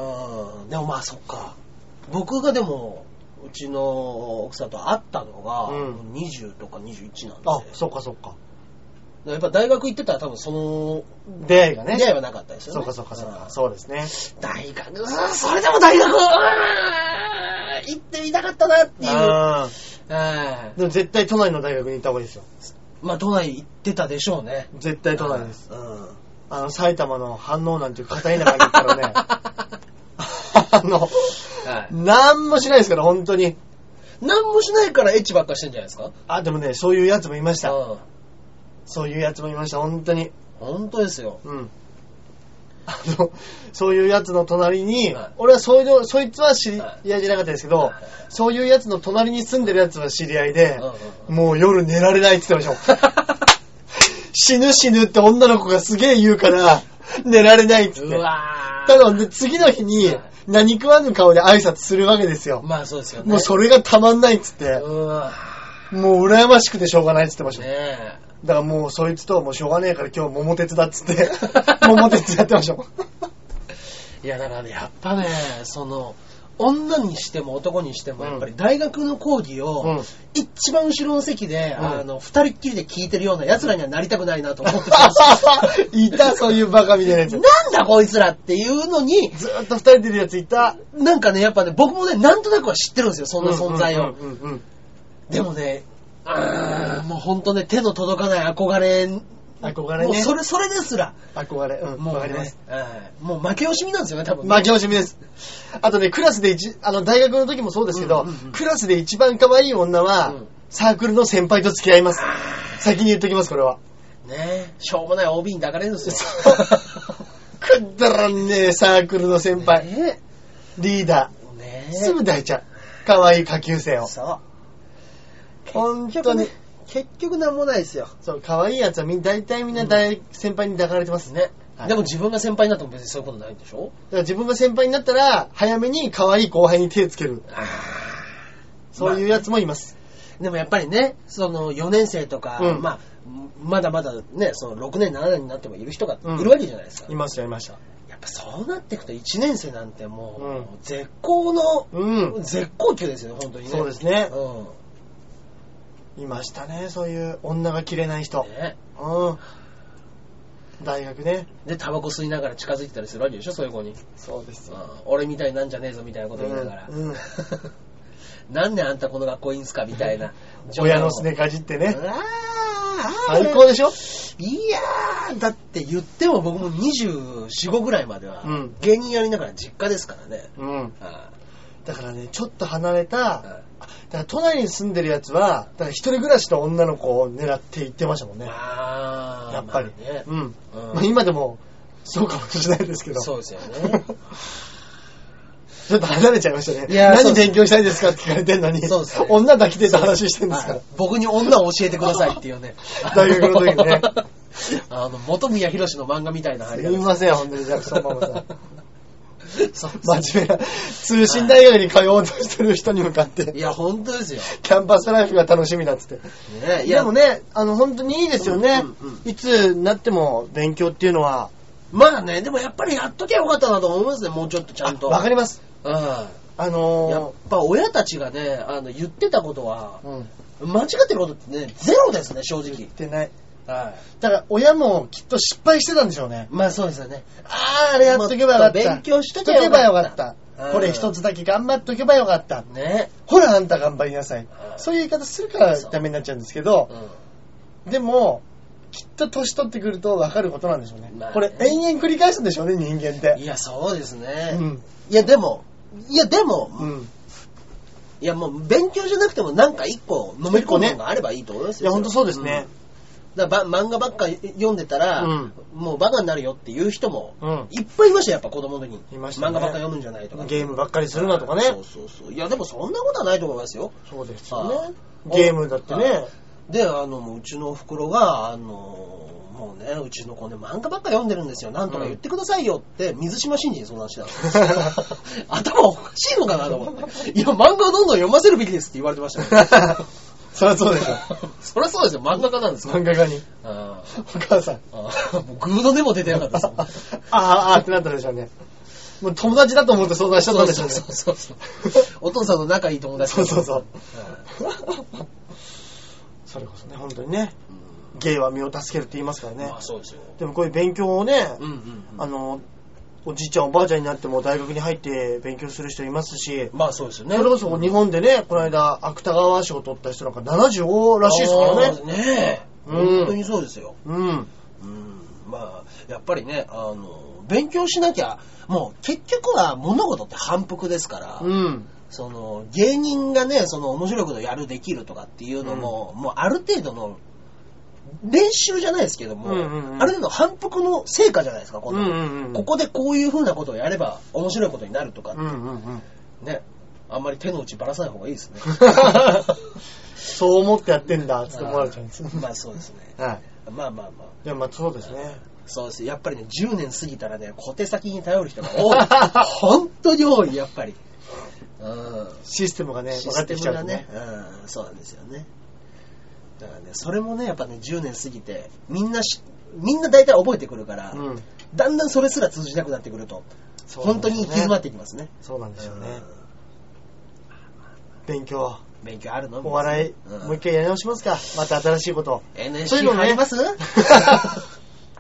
A: ん。でもまあそっか。僕がでも、うちの奥さんと会ったのが、
B: うん
A: 20とか21なんで。
B: あ、そっかそっか。
A: やっぱ大学行ってたら多分その、
B: 出会いがね。
A: 出会いはなかったですよ
B: そ
A: ね。
B: っかそっかそっか。
A: ん
B: そうですね。
A: 大学、うわそれでも大学うわ行ってみたかったなっていう。
B: あ
A: はい
B: ーでも絶対都内の大学に行った方がいいですよ。
A: まあ都内行ってたでしょうね。
B: 絶対都内です。
A: うん。
B: あの、埼玉の反応なんていう片田舎に行ったら
A: *laughs*
B: ね、あの、
A: はい
B: なんもしないですから、本当に。
A: 何もしないからエッチばっかしてんじゃないですか
B: あ、でもね、そういうやつもいました。
A: うん。
B: そういうやつもいました、本当に。
A: 本当ですよ。
B: うん。あの、そういうやつの隣に、
A: はい
B: 俺はそういうの、そいつは知り
A: は
B: 合いじゃなかったですけど、
A: はい
B: そういうやつの隣に住んでるやつは知り合いで、
A: うんうんうん
B: もう夜寝られないって言ってましたもん。 *laughs* 死ぬ死ぬって女の子がすげえ言うから、寝られないっつっ
A: *laughs* う
B: て。
A: わ
B: ただ、で次の日に何食わぬ顔で挨拶するわけですよ。
A: まあそうですよね。
B: もうそれがたまんないっつって、
A: うわ
B: もう羨ましくてしょうがないっつってました。
A: ね
B: だからもうそいつとはもうしょうがねえから今日桃鉄だっつ
A: *laughs*
B: って、桃鉄やってましたもん。
A: え。いやだからね、やっぱね、その、女にしても男にしても、やっぱり大学の講義を、
B: うん
A: 一番後ろの席で、
B: うん
A: あの、二人っきりで聞いてるような奴らにはなりたくないなと思ってたんです
B: *laughs*
A: よ
B: いた、そういうバカみたいなやつ。
A: なんだこいつらっていうのに、
B: ずーっと二人でいるやついた。
A: なんかね、やっぱね、僕もね、なんとなくは知ってるんですよ、そんな存在を。
B: うんうんうんうん
A: でもね、あーもうほんとね、手の届かない憧れ、
B: 憧れ
A: もう
B: ね。
A: それ、それですら、
B: 憧れ。うん、
A: も
B: わ
A: う
B: かりま
A: ね
B: す。、
A: うんもう負け惜しみなんですよね、多分ね。
B: 負け惜しみです。あとね、クラスで一、あの、大学の時もそうですけど、
A: うんうんうん
B: クラスで一番可愛い女は、
A: うん
B: サークルの先輩と付き合います。先に言っときます、これは。
A: ねしょうもない OB に抱かれるんですよ。
B: *laughs* くだらんねえ、サークルの先輩。
A: ね
B: リーダ
A: ね
B: ー。すぐ抱いちゃう。可愛い下級生を。
A: そう。
B: 本
A: 結
B: 当
A: 局
B: に
A: ね。、結局なんもないですよ。
B: そう、可愛いやつはみん、大体みんな大、先輩に抱かれてますね。はい
A: でも自分が先輩になっても別にそういうことないんでしょ
B: だから自分が先輩になったら、早めに可愛い後輩に手をつける。そういうやつもいます。
A: でもやっぱりね、その4年生とか、
B: うん
A: まあ、まだまだね、その6年、7年になってもいる人が
B: うん
A: いるわけじゃないですか。
B: いました、いました。
A: やっぱそうなっていくと1年生なんてもう、
B: うん
A: 絶好の、
B: うん。
A: 絶好級ですよね、本当にね。
B: そうですね
A: う
B: いましたね、そういう女が着れない人
A: ん。。ね。
B: うん。大学ね。
A: で、タバコ吸いながら近づいてたりするわけでしょ、そういう子に。
B: そうです
A: うん俺みたいなんじゃねえぞみたいなこと言いながら。
B: うんうん
A: *laughs* なんであんたこの学校いいんすかみたいな。
B: *laughs* 親のすねかじってね。
A: うわー
B: 最高でしょ
A: いやー、だって言っても僕も24、5ぐらいまでは
B: うん、
A: 芸人やりながら実家ですからね。
B: うん。
A: あ
B: だからね、ちょっと離れ
A: あ
B: た、だから都内に住んでるやつは、だから一人暮らしの女の子を狙って行ってましたもんね。
A: あー
B: やっぱり
A: まあね。
B: うん。
A: うん
B: まあ今でも、そうかもしれないですけど。
A: そうですよね
B: ちょっと離れちゃいましたね。
A: いやーそう
B: 何
A: です
B: 勉強したいですかって聞かれてんのに、
A: そうですね
B: 女だけでた話してるんですから。。
A: はい僕に女を教えてくださいっていうね
B: 大学の時にね
A: *laughs* あの、元宮博の漫画みたいな
B: す
A: 入り
B: み
A: 方
B: ま
A: で
B: せん、本当にジャクソンマ
A: *laughs*
B: マさん。
A: す。そう
B: 真面目な、通信大学に通おうとしてる人に向かって
A: い、や、本当ですよ。
B: キャンパスライフが楽しみだっつって。
A: ね、い
B: で
A: や、
B: もね、あの、本当にいいですよね
A: うんうん。
B: いつになっても勉強っていうのは、
A: まあね、でもやっぱりやっときゃよかったなと思いますね、もうちょっとちゃんと。
B: わかります。
A: うん。
B: あ
A: やっ
B: の
A: ぱ親たちがね、あの、言ってたことは
B: ー、、うん、
A: 間違ってることってね、ゼロですね、正直。
B: 言ってない。
A: はい。
B: だから親もきっと失敗してたんでしょうね。
A: まあそうですよね。
B: ああ、あれやっとけばよかった。
A: もっと勉強しとけ
B: しとけば
A: ば
B: よ
A: よ
B: か
A: か
B: っ
A: ったた。
B: これ一つだけ頑張っとけばよかった。
A: ね。
B: ほら、あんた頑張りなさい。
A: うん
B: そういう言い方するからダメになっちゃうんですけど
A: う、ん。
B: でも、きっと年取ってくると分かることなんでしょうね。
A: まあね
B: これ延々繰り返すんでしょうね、人間って
A: い。や、そうですね。
B: うん。
A: いや、でも、いや、でも、
B: うん。
A: いや、もう勉強じゃなくても、なんか一個、飲める
B: 一個
A: こ
B: ね
A: とがあればいいと思います
B: い
A: よ。
B: や、ほんとそうですね。
A: うん。だからば漫画ばっか読んでたら、
B: うん
A: もうバカになるよっていう人も、
B: うん。
A: いっぱいいましたよやっぱ子供の時に。
B: いましたね
A: 漫画ばっか読むんじゃないとか。
B: ゲームばっかりするなとかね。
A: そうそうそう。いや、でもそんなことはないと思いますよ。
B: そうです
A: よね
B: ゲームだってね。
A: で、あの、もううちのお袋が、あの、もうね、うちの子ね、漫画ばっか読んでるんですよ。なんとか言ってくださいよって、水島新司に相談してたんです *laughs* よ頭おかしいのかなと思って。いや、漫画をどんどん読ませるべきですって言われてましたね
B: *laughs* そりゃそうでしょ。
A: そりゃそうですよ、漫画家なんですか
B: 漫画家に。
A: ら。
B: お母さん。
A: あーもうグードでも出てなかった
B: あ
A: です
B: ーあーってなったでしょうね。もう友達だと思って相談しちゃっ
A: そ
B: たん
A: う
B: でしょ
A: そうう
B: ね。
A: そうそうお父さんの仲いい友達
B: そうそうそう。
A: うん
B: それこそね、本当にね、ゲイは身を助けるって言いますからね
A: まあ。そうですよ。
B: でもこういう勉強をね、
A: うんうんうん
B: あの、おじいちゃんおばあちゃんになっても大学に入って勉強する人いますし、
A: まあそうですよね。
B: それこそ日本でね、この間、芥川賞を取った人なんか75らしいですからね。
A: ね。ねえ。
B: うん
A: 本当にそうですよ。
B: うん。
A: うん。まあ、やっぱりね、あの、勉強しなきゃ、もう結局は物事って反復ですから、
B: うん。
A: その、芸人がね、その面白いことやる、できるとかっていうのも、もうある程度の、練習じゃないですけども、
B: うんうんうん
A: ある程度の反復の成果じゃないですか、こ
B: うんん
A: な
B: う
A: の
B: んうん。
A: ここでこういう風なことをやれば面白いことになるとか、
B: うんうんうん。
A: ね、あんまり手の内ばらさない方がいい
B: *laughs*
A: ですね。
B: そう思ってやってんだ、つって思われちゃうんです。
A: まあそうですね。
B: *laughs* はい。
A: まあまあまあ。
B: いや、まあそうですね。
A: そうですやっぱりね、10年過ぎたらね、小手先に頼る人が
B: *laughs*
A: 多い。本当に多い、やっぱり。うん。
B: システムがね、
A: シ
B: 分か
A: ス
B: って
A: テ
B: き
A: ム
B: ちゃう
A: が
B: と
A: ね
B: ね。、
A: うん、そうなんですよね。だからね、それもね、やっぱね、10年過ぎて、みんなし、みんな大体覚えてくるから、
B: うん。。
A: だんだんそれすら通じなくなってくると、本当に行き詰まっててきますね。
B: そうなんですよね。
A: う
B: 勉強、
A: ん勉強あるの
B: お笑い、
A: うん
B: もう一回やり直しますか。また新しいこと。そうい
A: NSC
B: うのね
A: 入
B: *laughs*
A: ります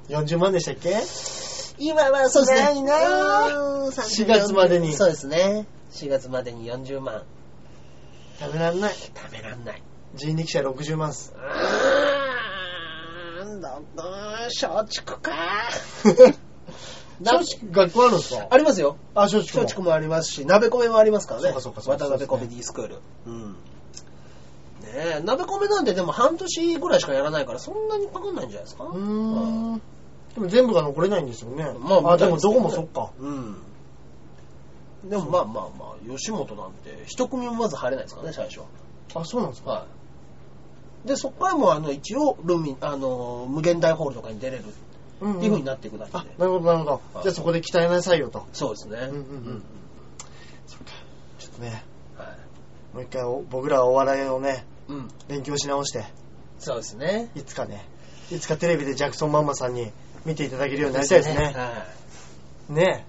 B: 40万でしたっけ
A: 今はそうですね。
B: ないなぁ
A: うーん
B: 4
A: 30
B: 月までに
A: そうですね。4月までに40万。
B: 食べらんない。
A: 食べらんない。
B: 人力車60万っ
A: *laughs*
B: す。
A: うーん、どこ松竹か
B: 正直学校あるんですか
A: *laughs* ありますよ。
B: あ、正
A: 松竹
B: 直。
A: もありますし、鍋米もありますからね。
B: そうかそうかそうか
A: 渡辺コメディースクール。うん。ねえ、鍋米なんてでも半年ぐらいしかやらないから、そんなにかかんないんじゃないですか
B: うーん。でも全部が残れないんですよね。
A: まあ
B: あ、でもどこもそっか。
A: うん。でもまあまあまあ、吉本なんて、一組もまず入れないですからね、最初は。
B: あ、そうなんですか。
A: はい。で、そこからもうあの、一応、ルミ、あの、無限大ホールとかに出れるって
B: うん
A: いう風になっていくだけ
B: あ
A: で。、
B: なるほど、なるほ
A: は
B: ど。
A: い
B: じゃあそこで鍛えなさいよと。
A: そうですね。
B: うんうんうんちょっとね、
A: はい。
B: もう一回お僕らはお笑いをね、
A: うん。
B: 勉強し直して、
A: そうですね。
B: いつかね、いつかテレビでジャクソンママさんに見ていただけるようになりたいですね。
A: はい。
B: ね。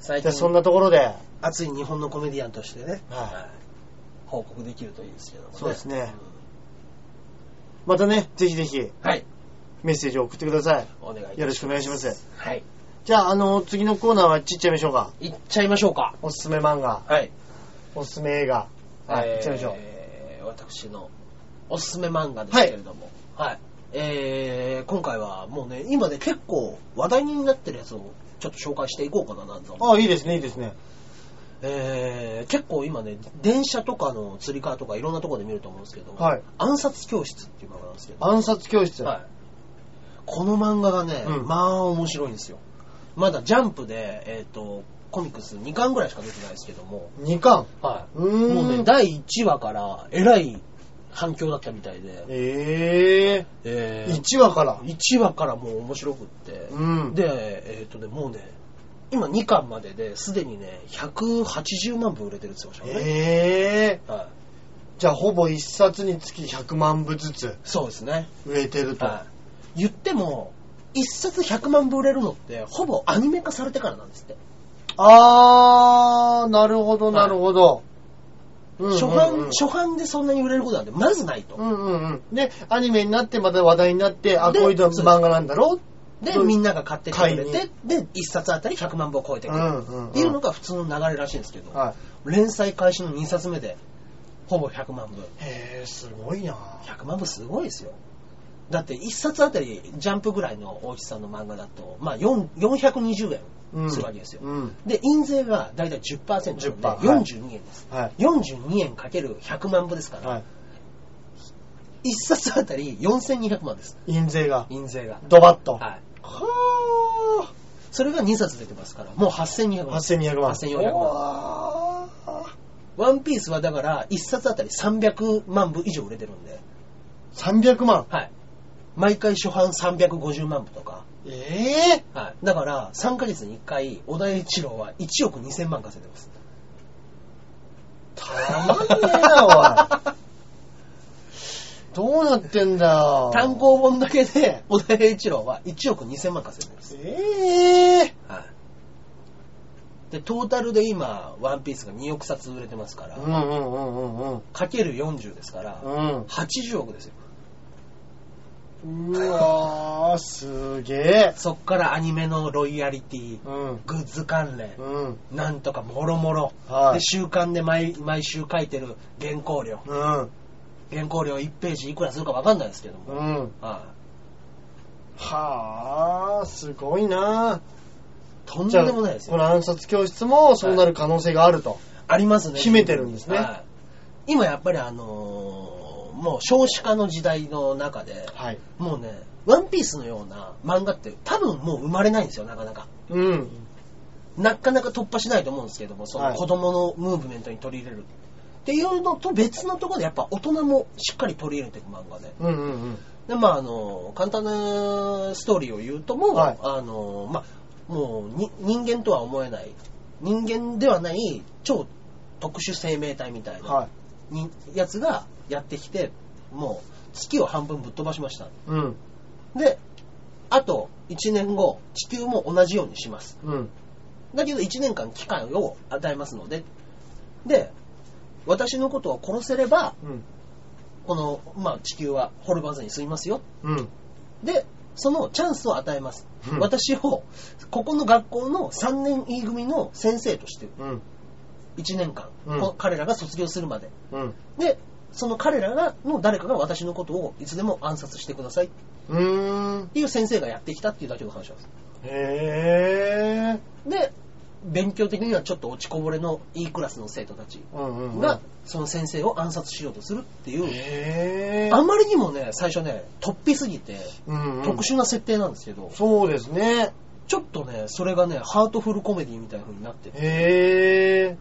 A: 最
B: じゃあそん
A: 近、
B: なところで、
A: 熱い日本のコメディアンとしてね、
B: はい
A: い報告できるといいですけどもね。
B: そうですねまたね、ぜひぜひ
A: うん。はい。
B: メッセージを送ってください。
A: お願いいたします
B: よろしくお願いします。
A: はい。
B: じゃあ、あの、次のコーナーはちっちゃいましょうか。
A: いっちゃいましょうか。
B: おすすめ漫画、
A: はい。
B: おすすめ映画。はい、いっちゃいましょう。
A: えー私のおすすめ漫画ですけれども、はい。えー今回はもうね、今ね、結構話題になってるやつをちょっと紹介していこうかななんて思う
B: あ、いいですね、いいですね。
A: えー結構今ね、電車とかの釣り革とかいろんなところで見ると思うんですけど、
B: はい
A: 暗殺教室っていう漫画なんですけど、
B: 暗殺教室。
A: はい、この漫画がね、
B: うん
A: まあ面白いんですよ。まだジャンプで、えっ、と、コミックス2巻ぐらいしか出てないですけども、
B: 2巻。
A: は
B: うーん
A: もうね、第1話から、えらい反響だったみたいで、
B: ええ
A: えー、
B: 1話から。
A: 1話からもう面白くって、
B: うん。
A: で、えっ、とね、もうね、今2巻までですでにね、180万部売れてるって言ってましたね。
B: ええ
A: はい、
B: じゃあほぼ1冊につき100万部ずつ
A: そうですね。
B: 売れてると。
A: はい、言っても、1冊100万部売れるのって、ほぼアニメ化されてからなんですって。
B: あー、なるほど、
A: はい
B: なるほど。うんうんうん
A: 初版、初版でそんなに売れることなんて、まずないと。
B: うんうんうん。で、アニメになって、また話題になって、あ、
A: で
B: こういうの
A: そうです
B: 漫画なんだろ
A: で、
B: うん
A: みんなが買ってきてくれ
B: 買い
A: て、で、1冊あたり100万部を超えて
B: う
A: く
B: う
A: る。
B: んうん、
A: っていうのが普通の流れらしいんですけど、
B: は
A: 連載開始の2冊目で、ほぼ100万部。
B: い。へー、すごいな
A: 100万部すごいですよ。だって1冊あたりジャンプぐらいの大きさの漫画だと、まあ4 420円するわけですよ。
B: うん。
A: で、印税がだいたい10%で
B: 10%
A: 42円です。
B: は
A: 42円かける100万部ですか
B: い。
A: ら、
B: はい。
A: 1冊あたり4200万です。
B: 印税が、
A: 印税が。
B: ドバッと。
A: はい。
B: は
A: それが2冊出てますから、もう8200
B: ー。
A: 万。
B: 8200万。
A: 8400万
B: 万。
A: ワンピースはだから1冊あたり300万部以上売れてるんで、
B: 300万。
A: はい。毎回初版350万部とか。
B: ええ
A: はい。だから、3ヶ月に1回、小田栄一郎は1億2000万稼いでます。
B: たまんねえな、 *laughs* おい。どうなってんだよ。
A: *laughs* 単行本だけで、小田栄一郎は1億2000万稼いでます。
B: ええ
A: はい。で、トータルで今、ワンピースが2億冊売れてますから、
B: うんうんうんうんうん。
A: かける40ですから、
B: うん。
A: 80億ですよ。
B: うわー、すげえ。
A: そっからアニメのロイヤリティ、
B: うん。
A: グッズ関連、
B: うん。
A: なんとかもろもろ。
B: は
A: で
B: い。
A: 週刊で毎毎週書いてる原稿料。
B: うん。
A: 原稿料1ページいくらするか分かんないですけども。
B: うん。
A: はい
B: はあ、すごいな
A: とんでもないです
B: こ
A: よ。
B: の暗殺教室もそうなる可能性があると。
A: ありますね。
B: 秘めてるんですね
A: はい今やっぱりあのーもう少子化の時代の中で、
B: はい。
A: もうね、ワンピースのような漫画って多分もう生まれないんですよ、なかなか。
B: うん。
A: なかなか突破しないと思うんですけども、そ
B: は
A: の
B: い
A: 子供のムーブメントに取り入れる。っていうのと別のところでやっぱ大人もしっかり取り入れていく漫画で。
B: うんうんうん。
A: で、まあ、あの、簡単なストーリーを言うともう、
B: はい
A: あの、まあ、もうに、人間とは思えない、人間ではない超特殊生命体みたいな、
B: はい。
A: にやつがやってきて、もう、月を半分ぶっ飛ばしました。
B: うん。
A: で、あと1年後、地球も同じようにします。
B: うん。
A: だけど1年間期間を与えますので。で、私のことを殺せれば、
B: うん。
A: この、まあ、地球は滅ばずに済みますよ。
B: うん。
A: で、そのチャンスを与えます。
B: うん
A: 私を、ここの学校の3年 E 組の先生として、
B: うん。
A: 1年間、
B: うん
A: こ彼らが卒業するまで。
B: うん。
A: で、その彼らがの誰かが私のことをいつでも暗殺してくださいっ
B: うーん。
A: ていう先生がやってきたっていうだけの話なんです。
B: へえ。
A: で、勉強的にはちょっと落ちこぼれの E クラスの生徒たち
B: うんうんうん。
A: が、その先生を暗殺しようとするっていう、
B: へえ。
A: あまりにもね、最初ね、突飛すぎて、
B: うんうん
A: 特殊な設定なんですけど、
B: そうですね。
A: ちょっとね、それがね、ハートフルコメディみたいな風になってて、
B: へえ。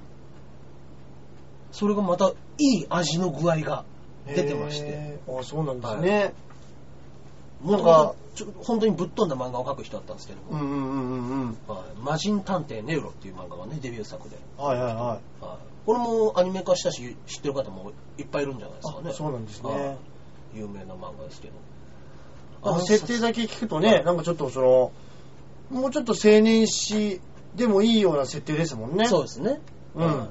A: それがまたいい味の具合が出てまして、
B: へー。あ、そうなんですね。
A: もともとちょ本当にぶっ飛んだ漫画を描く人だったんですけど
B: う
A: も、
B: んうんうんうんうん。
A: はい魔人探偵ネウロっていう漫画がね、デビュー作で、
B: はいはいはい。
A: はいこれもアニメ化したし、知ってる方もいっぱいいるんじゃないですかね。
B: あそうなんですね
A: はい有名な漫画ですけど。
B: なん
A: 暗
B: か
A: 殺
B: 設定だけ聞くとね、なんかちょっとその、もうちょっと青年誌でもいいような設定ですもんね。
A: そうですね。
B: うん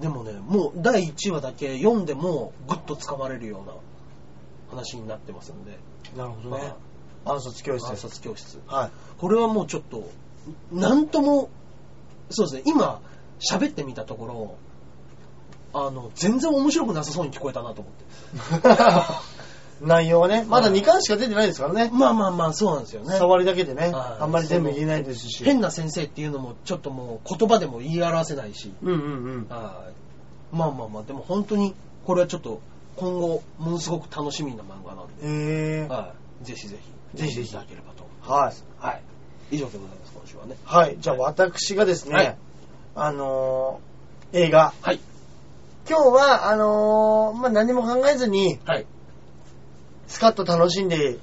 A: でもね、もう第1話だけ読んでもぐっとつかまれるような話になってますんで、
B: なるほどね
A: ま。
B: 暗殺教室
A: あ
B: で
A: 暗
B: す。
A: 殺教室。
B: はい。
A: これはもうちょっと、なんとも、そうですね、今、喋ってみたところ、あの、全然面白くなさそうに聞こえたなと思って。
B: *laughs* 内容はね、まだ
A: はい
B: 2巻しか出てないですからね。
A: まあまあまあ、そうなんですよね。
B: 触りだけでね、
A: はい
B: あんまり全部言えないですし。
A: 変な先生っていうのも、ちょっともう言葉でも言い表せないし、
B: うんうんうん。
A: はいまあまあまあ、でも本当に、これはちょっと、今後、ものすごく楽しみな漫画なんで。
B: えー。
A: はい、ぜひぜひ、
B: ぜひぜひ
A: いただければと思い
B: はい。
A: ます。はい。以上でございます、今週はね。
B: はい。じゃあ私がですね、
A: はい
B: あのー映画。
A: はい。
B: 今日は、あのーまあ、何も考えずに、
A: はい。
B: スカッと楽しんで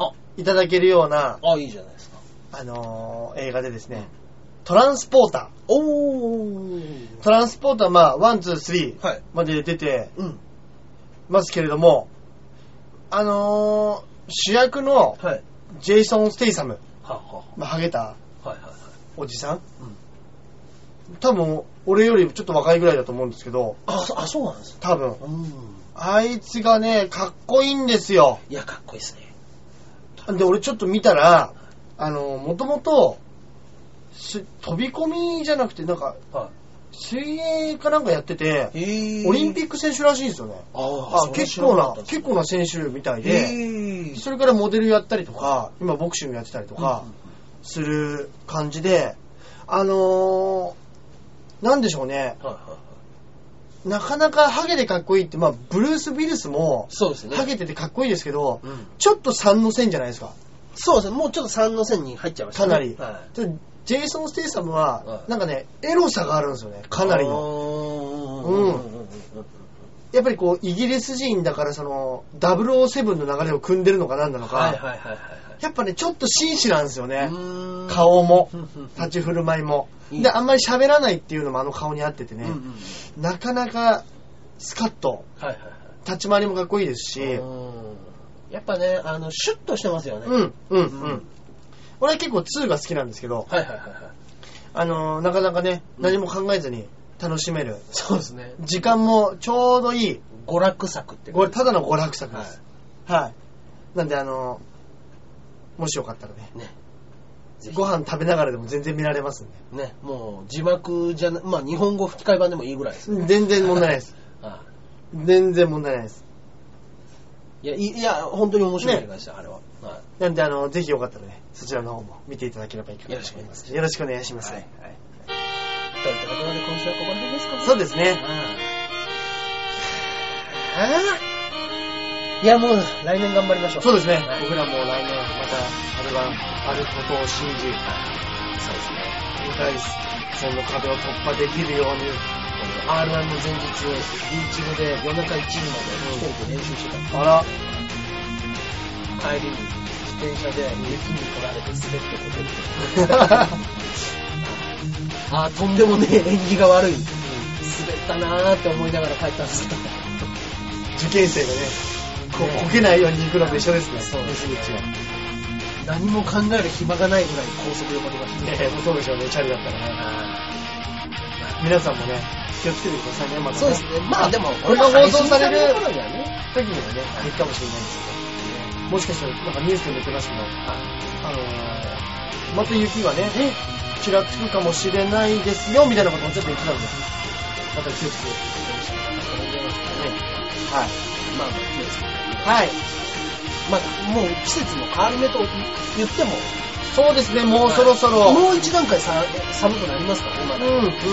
A: あ
B: いただけるような、
A: あ、いいじゃないですか。
B: あのー映画でですね、トランスポータ
A: おー。
B: ー。トランスポーター、まあ、ワン、ツー、スリー
A: はい。
B: まで出て
A: うん。
B: ますけれども、あのー主役の
A: はい。
B: ジェイソン・ステイサム、
A: はは
B: まあ、ハゲた
A: はいはいはい。
B: おじさん、
A: うん
B: 多分、俺よりちょっと若いぐらいだと思うんですけど、
A: あ、そあそうなんです。
B: 多分、
A: うん。
B: あいつがね、かっこいいんですよ。
A: いや、かっこいいですね。
B: で、俺ちょっと見たら、あの、もともと、す飛び込みじゃなくて、なんか、
A: は
B: 水泳かなんかやってて、
A: い。
B: オリンピ
A: ック
B: ック選手らしいんですよね。
A: あ
B: あ
A: あ、
B: 結構な、結構な選手みたいで、
A: え
B: それからモデルやったりとか、今ボクシングやってたりと
A: と
B: か、する感じで、あのー、なんでしょうね、
A: はいはいはい。
B: なかなかハゲでかっこいいって、まあ、ブルース・ウィルスも、
A: そうですね。
B: ハゲててかっこいいですけど、
A: うん。
B: ちょっと3の線じゃないですか。
A: そうですね。もうちょっと3の線に入っちゃいましたね。
B: かなり
A: は
B: ちょっとジェイソン・ステイサム
A: は
B: は、
A: い
B: なんかね、エロさがあるんですよね、
A: い。
B: かなりの。
A: の
B: うんやっぱりこう、イギリス人だから、その、007の流れを組んでるのかなんなの
A: はいはい
B: か、
A: はいはいはい。
B: やっぱね、ちょっと紳士なんですよね。
A: うん
B: 顔も
A: う、んうんうん
B: 立ち振る舞いも。
A: いい
B: で、あんまり喋らないっていうのもあの顔に合ってて
A: うん
B: ね
A: うん、うん
B: なかなか、スカッと、
A: はいはいはい
B: 立ち回りもかっこいいですし、うん、
A: うんやっぱね、あの、シュッとしてますよね。
B: う
A: はい
B: ん、うん
A: うん。
B: 俺は結構2が好きなんですけど、
A: はいはいはい。
B: あのーなかなかね、
A: うん
B: 何も考えずに楽しめる。
A: そうですね。
B: 時間もちょうどいい。
A: 娯楽作って
B: これ、ただ
A: の
B: の娯楽作で
A: は
B: す。はい。なんで、あの、もしよかったらね、
A: い。ね。ぜひ
B: ご飯食べながらでも全然見られますん
A: ね、もう字幕じゃな、まあ日本語吹き替え版でもいいぐらいです。
B: で。全然問題ない *laughs* です。
A: は
B: 全然問題ないです。
A: いいや、いいや、本当に面白い映画でした、あれは。は
B: なんで、あの、ぜひよかったらね、そちらの方も見ていただければいいかな
A: よろし
B: と
A: くお
B: 思い
A: 願い
B: ま
A: します
B: す。よろしくお願いします。
A: はいい。といったところで今週はここら辺ですか
B: そうですね。
A: ね。
B: え
A: いや、もう来年頑張りまし
B: ー
A: ょう。
B: そうですね
A: はい。
B: 僕らも来年、また、あれは、あることを信じ、
A: そうですね。
B: 2回戦の壁を突破できるように、
A: R1 の前日、YouTube で夜中1時まで飛行機練習してた。
B: あら、
A: 帰りに自転車で雪に取られて滑ってこける。 *laughs* ああ、とんでもねえ、縁起が悪い。滑ったなーって思いながら帰ったんですけど。
B: *laughs* 受験生がね、こう、こけないように行くのと一緒ですね。
A: そうです
B: 道は。
A: 何も考える暇がないぐらい高速で乗りました
B: ねえ、もうそうでしょうね、チャリだったらね。皆さんもね、気をつけてくださいね、まだね。
A: そうですね。まあでも、
B: これが放送される
A: 配信される頃にはね。
B: 時にはね、あれかもしれないですけど、もしかしたら、なんかニュースでも言ってますけど、あのー、また雪がね、ちらつくかもしれないですよ、みたいなこともちょっと言ってたので、また気をつけてくださいね。
A: まあまあ、気をつけて。
B: はい。はい。
A: まあ、もう季節の変わり目と言っても、
B: そうですね、もうそろそろ、
A: もう一段階さ寒くなりますからね、ま
B: うん、
A: だ。
B: うん、うん、
A: 1月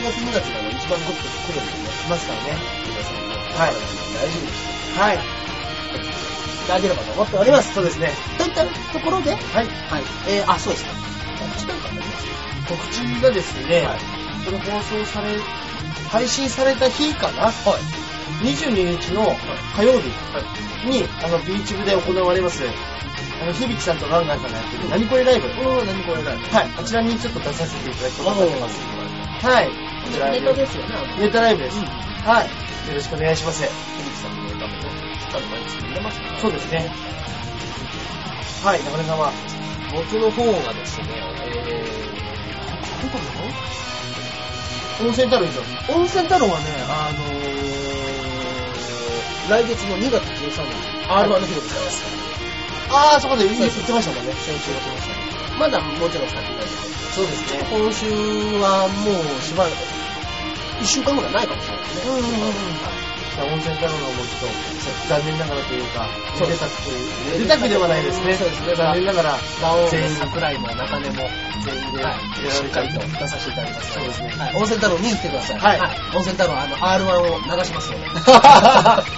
A: 2月がね一番ゴッと来るんでね。
B: 来ますからね。
A: 皆さんも
B: はい
A: 大事にして
B: はい。
A: いただければと思っております。
B: そうですね。
A: といったところで、はい。はい。えー、あ、そうですか。一段階あります
B: 告知がですね、
A: はい
B: これ放送され、配信された日かな、22日の火曜日に、あの、ビーチ部で行われます、あの、響さんとガンガンさんがやってる、何これライブ。は
A: おー、何これだ。
B: い、あちらにちょっと出させていただきたいと
A: わか
B: 思
A: り
B: いま
A: ますす。。
B: はい、こちら
A: ネタですよね。
B: ネタライブです。
A: うん
B: はい、よろしくお願いします。
A: ひびきさんのネタもね、しっかり毎日見れますから
B: そうですね。はい、中根さんは、
A: 僕の方がですね、えー、どこなの
B: 温泉太郎以上。
A: 温泉太郎はね、あのー、来月の2月13日、
B: はい
A: R1 の日でございます。
B: あー、そこでいいです言ってましたもんね。
A: 先週が来ました。まだもちろん先なんです
B: そうです
A: けど、。今週はもうしばらく、1週間ぐらいないかもしれないですね。
B: うんうんうんうん
A: はい
B: 温泉太郎のもちょっと残念ながらというか、
A: そ
B: め
A: うで
B: ですたくという、めでたくではないですね。
A: そうですね
B: 残念ながら、
A: 馬王
B: 全
A: も
B: 員
A: 桜井も中根も全員で、
B: はい
A: しっかりと出させていただきます
B: そ
A: の
B: うですね
A: はい、温泉太郎見に来てください。
B: はい
A: 温泉太郎、あの、R1 を流し *laughs* ますので。
B: 二つ、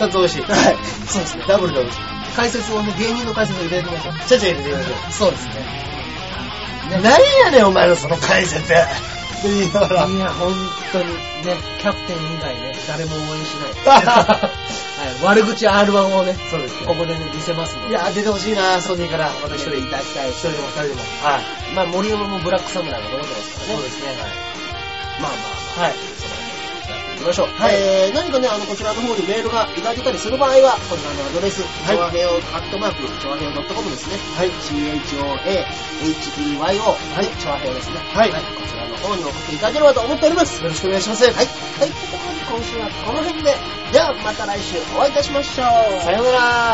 B: *laughs* 二つ美味しい。
A: はい。そうですね。
B: ダブルで美味しい。
A: 解説をね、芸人の解説を入れてみましょう。
B: ちゃちゃ入れてみましょ
A: そうですね。
B: う。何やねん、お前のその解説。って言いながら。
A: いや、本当に、ね、キャプテン以外ね、誰も応援し *laughs* ない。はい、悪口 R1 をね、
B: そうです
A: こ
B: ね。
A: こでね、見せますの
B: い
A: で。
B: やー、出てほしいなソニーから。また一
A: 一
B: 人、
A: 人い
B: 一
A: ただきたいし。
B: 人でも二人でも。はい。
A: まあ、森山もブラックサムライが残ってますからね。
B: すね。
A: まあまあまあ。
B: はい。
A: 行きましょう。
B: はい
A: えー、何かね、あの、こちらの方にメールがいただけたりする場合は、こちらのアドレス、
B: はい
A: ちょわへよ、アットマーク、ちょわへよ .com ですね。
B: はい。
A: CHOAHEYO、はい、ちょわへよですね。
B: はい
A: こちらの方に送っていただければと思っております。
B: よろしくお願いします。
A: はい。といったところで今週はこの辺で、ではまた来週お会いいたしましょう。
B: さようなら。
A: うなら。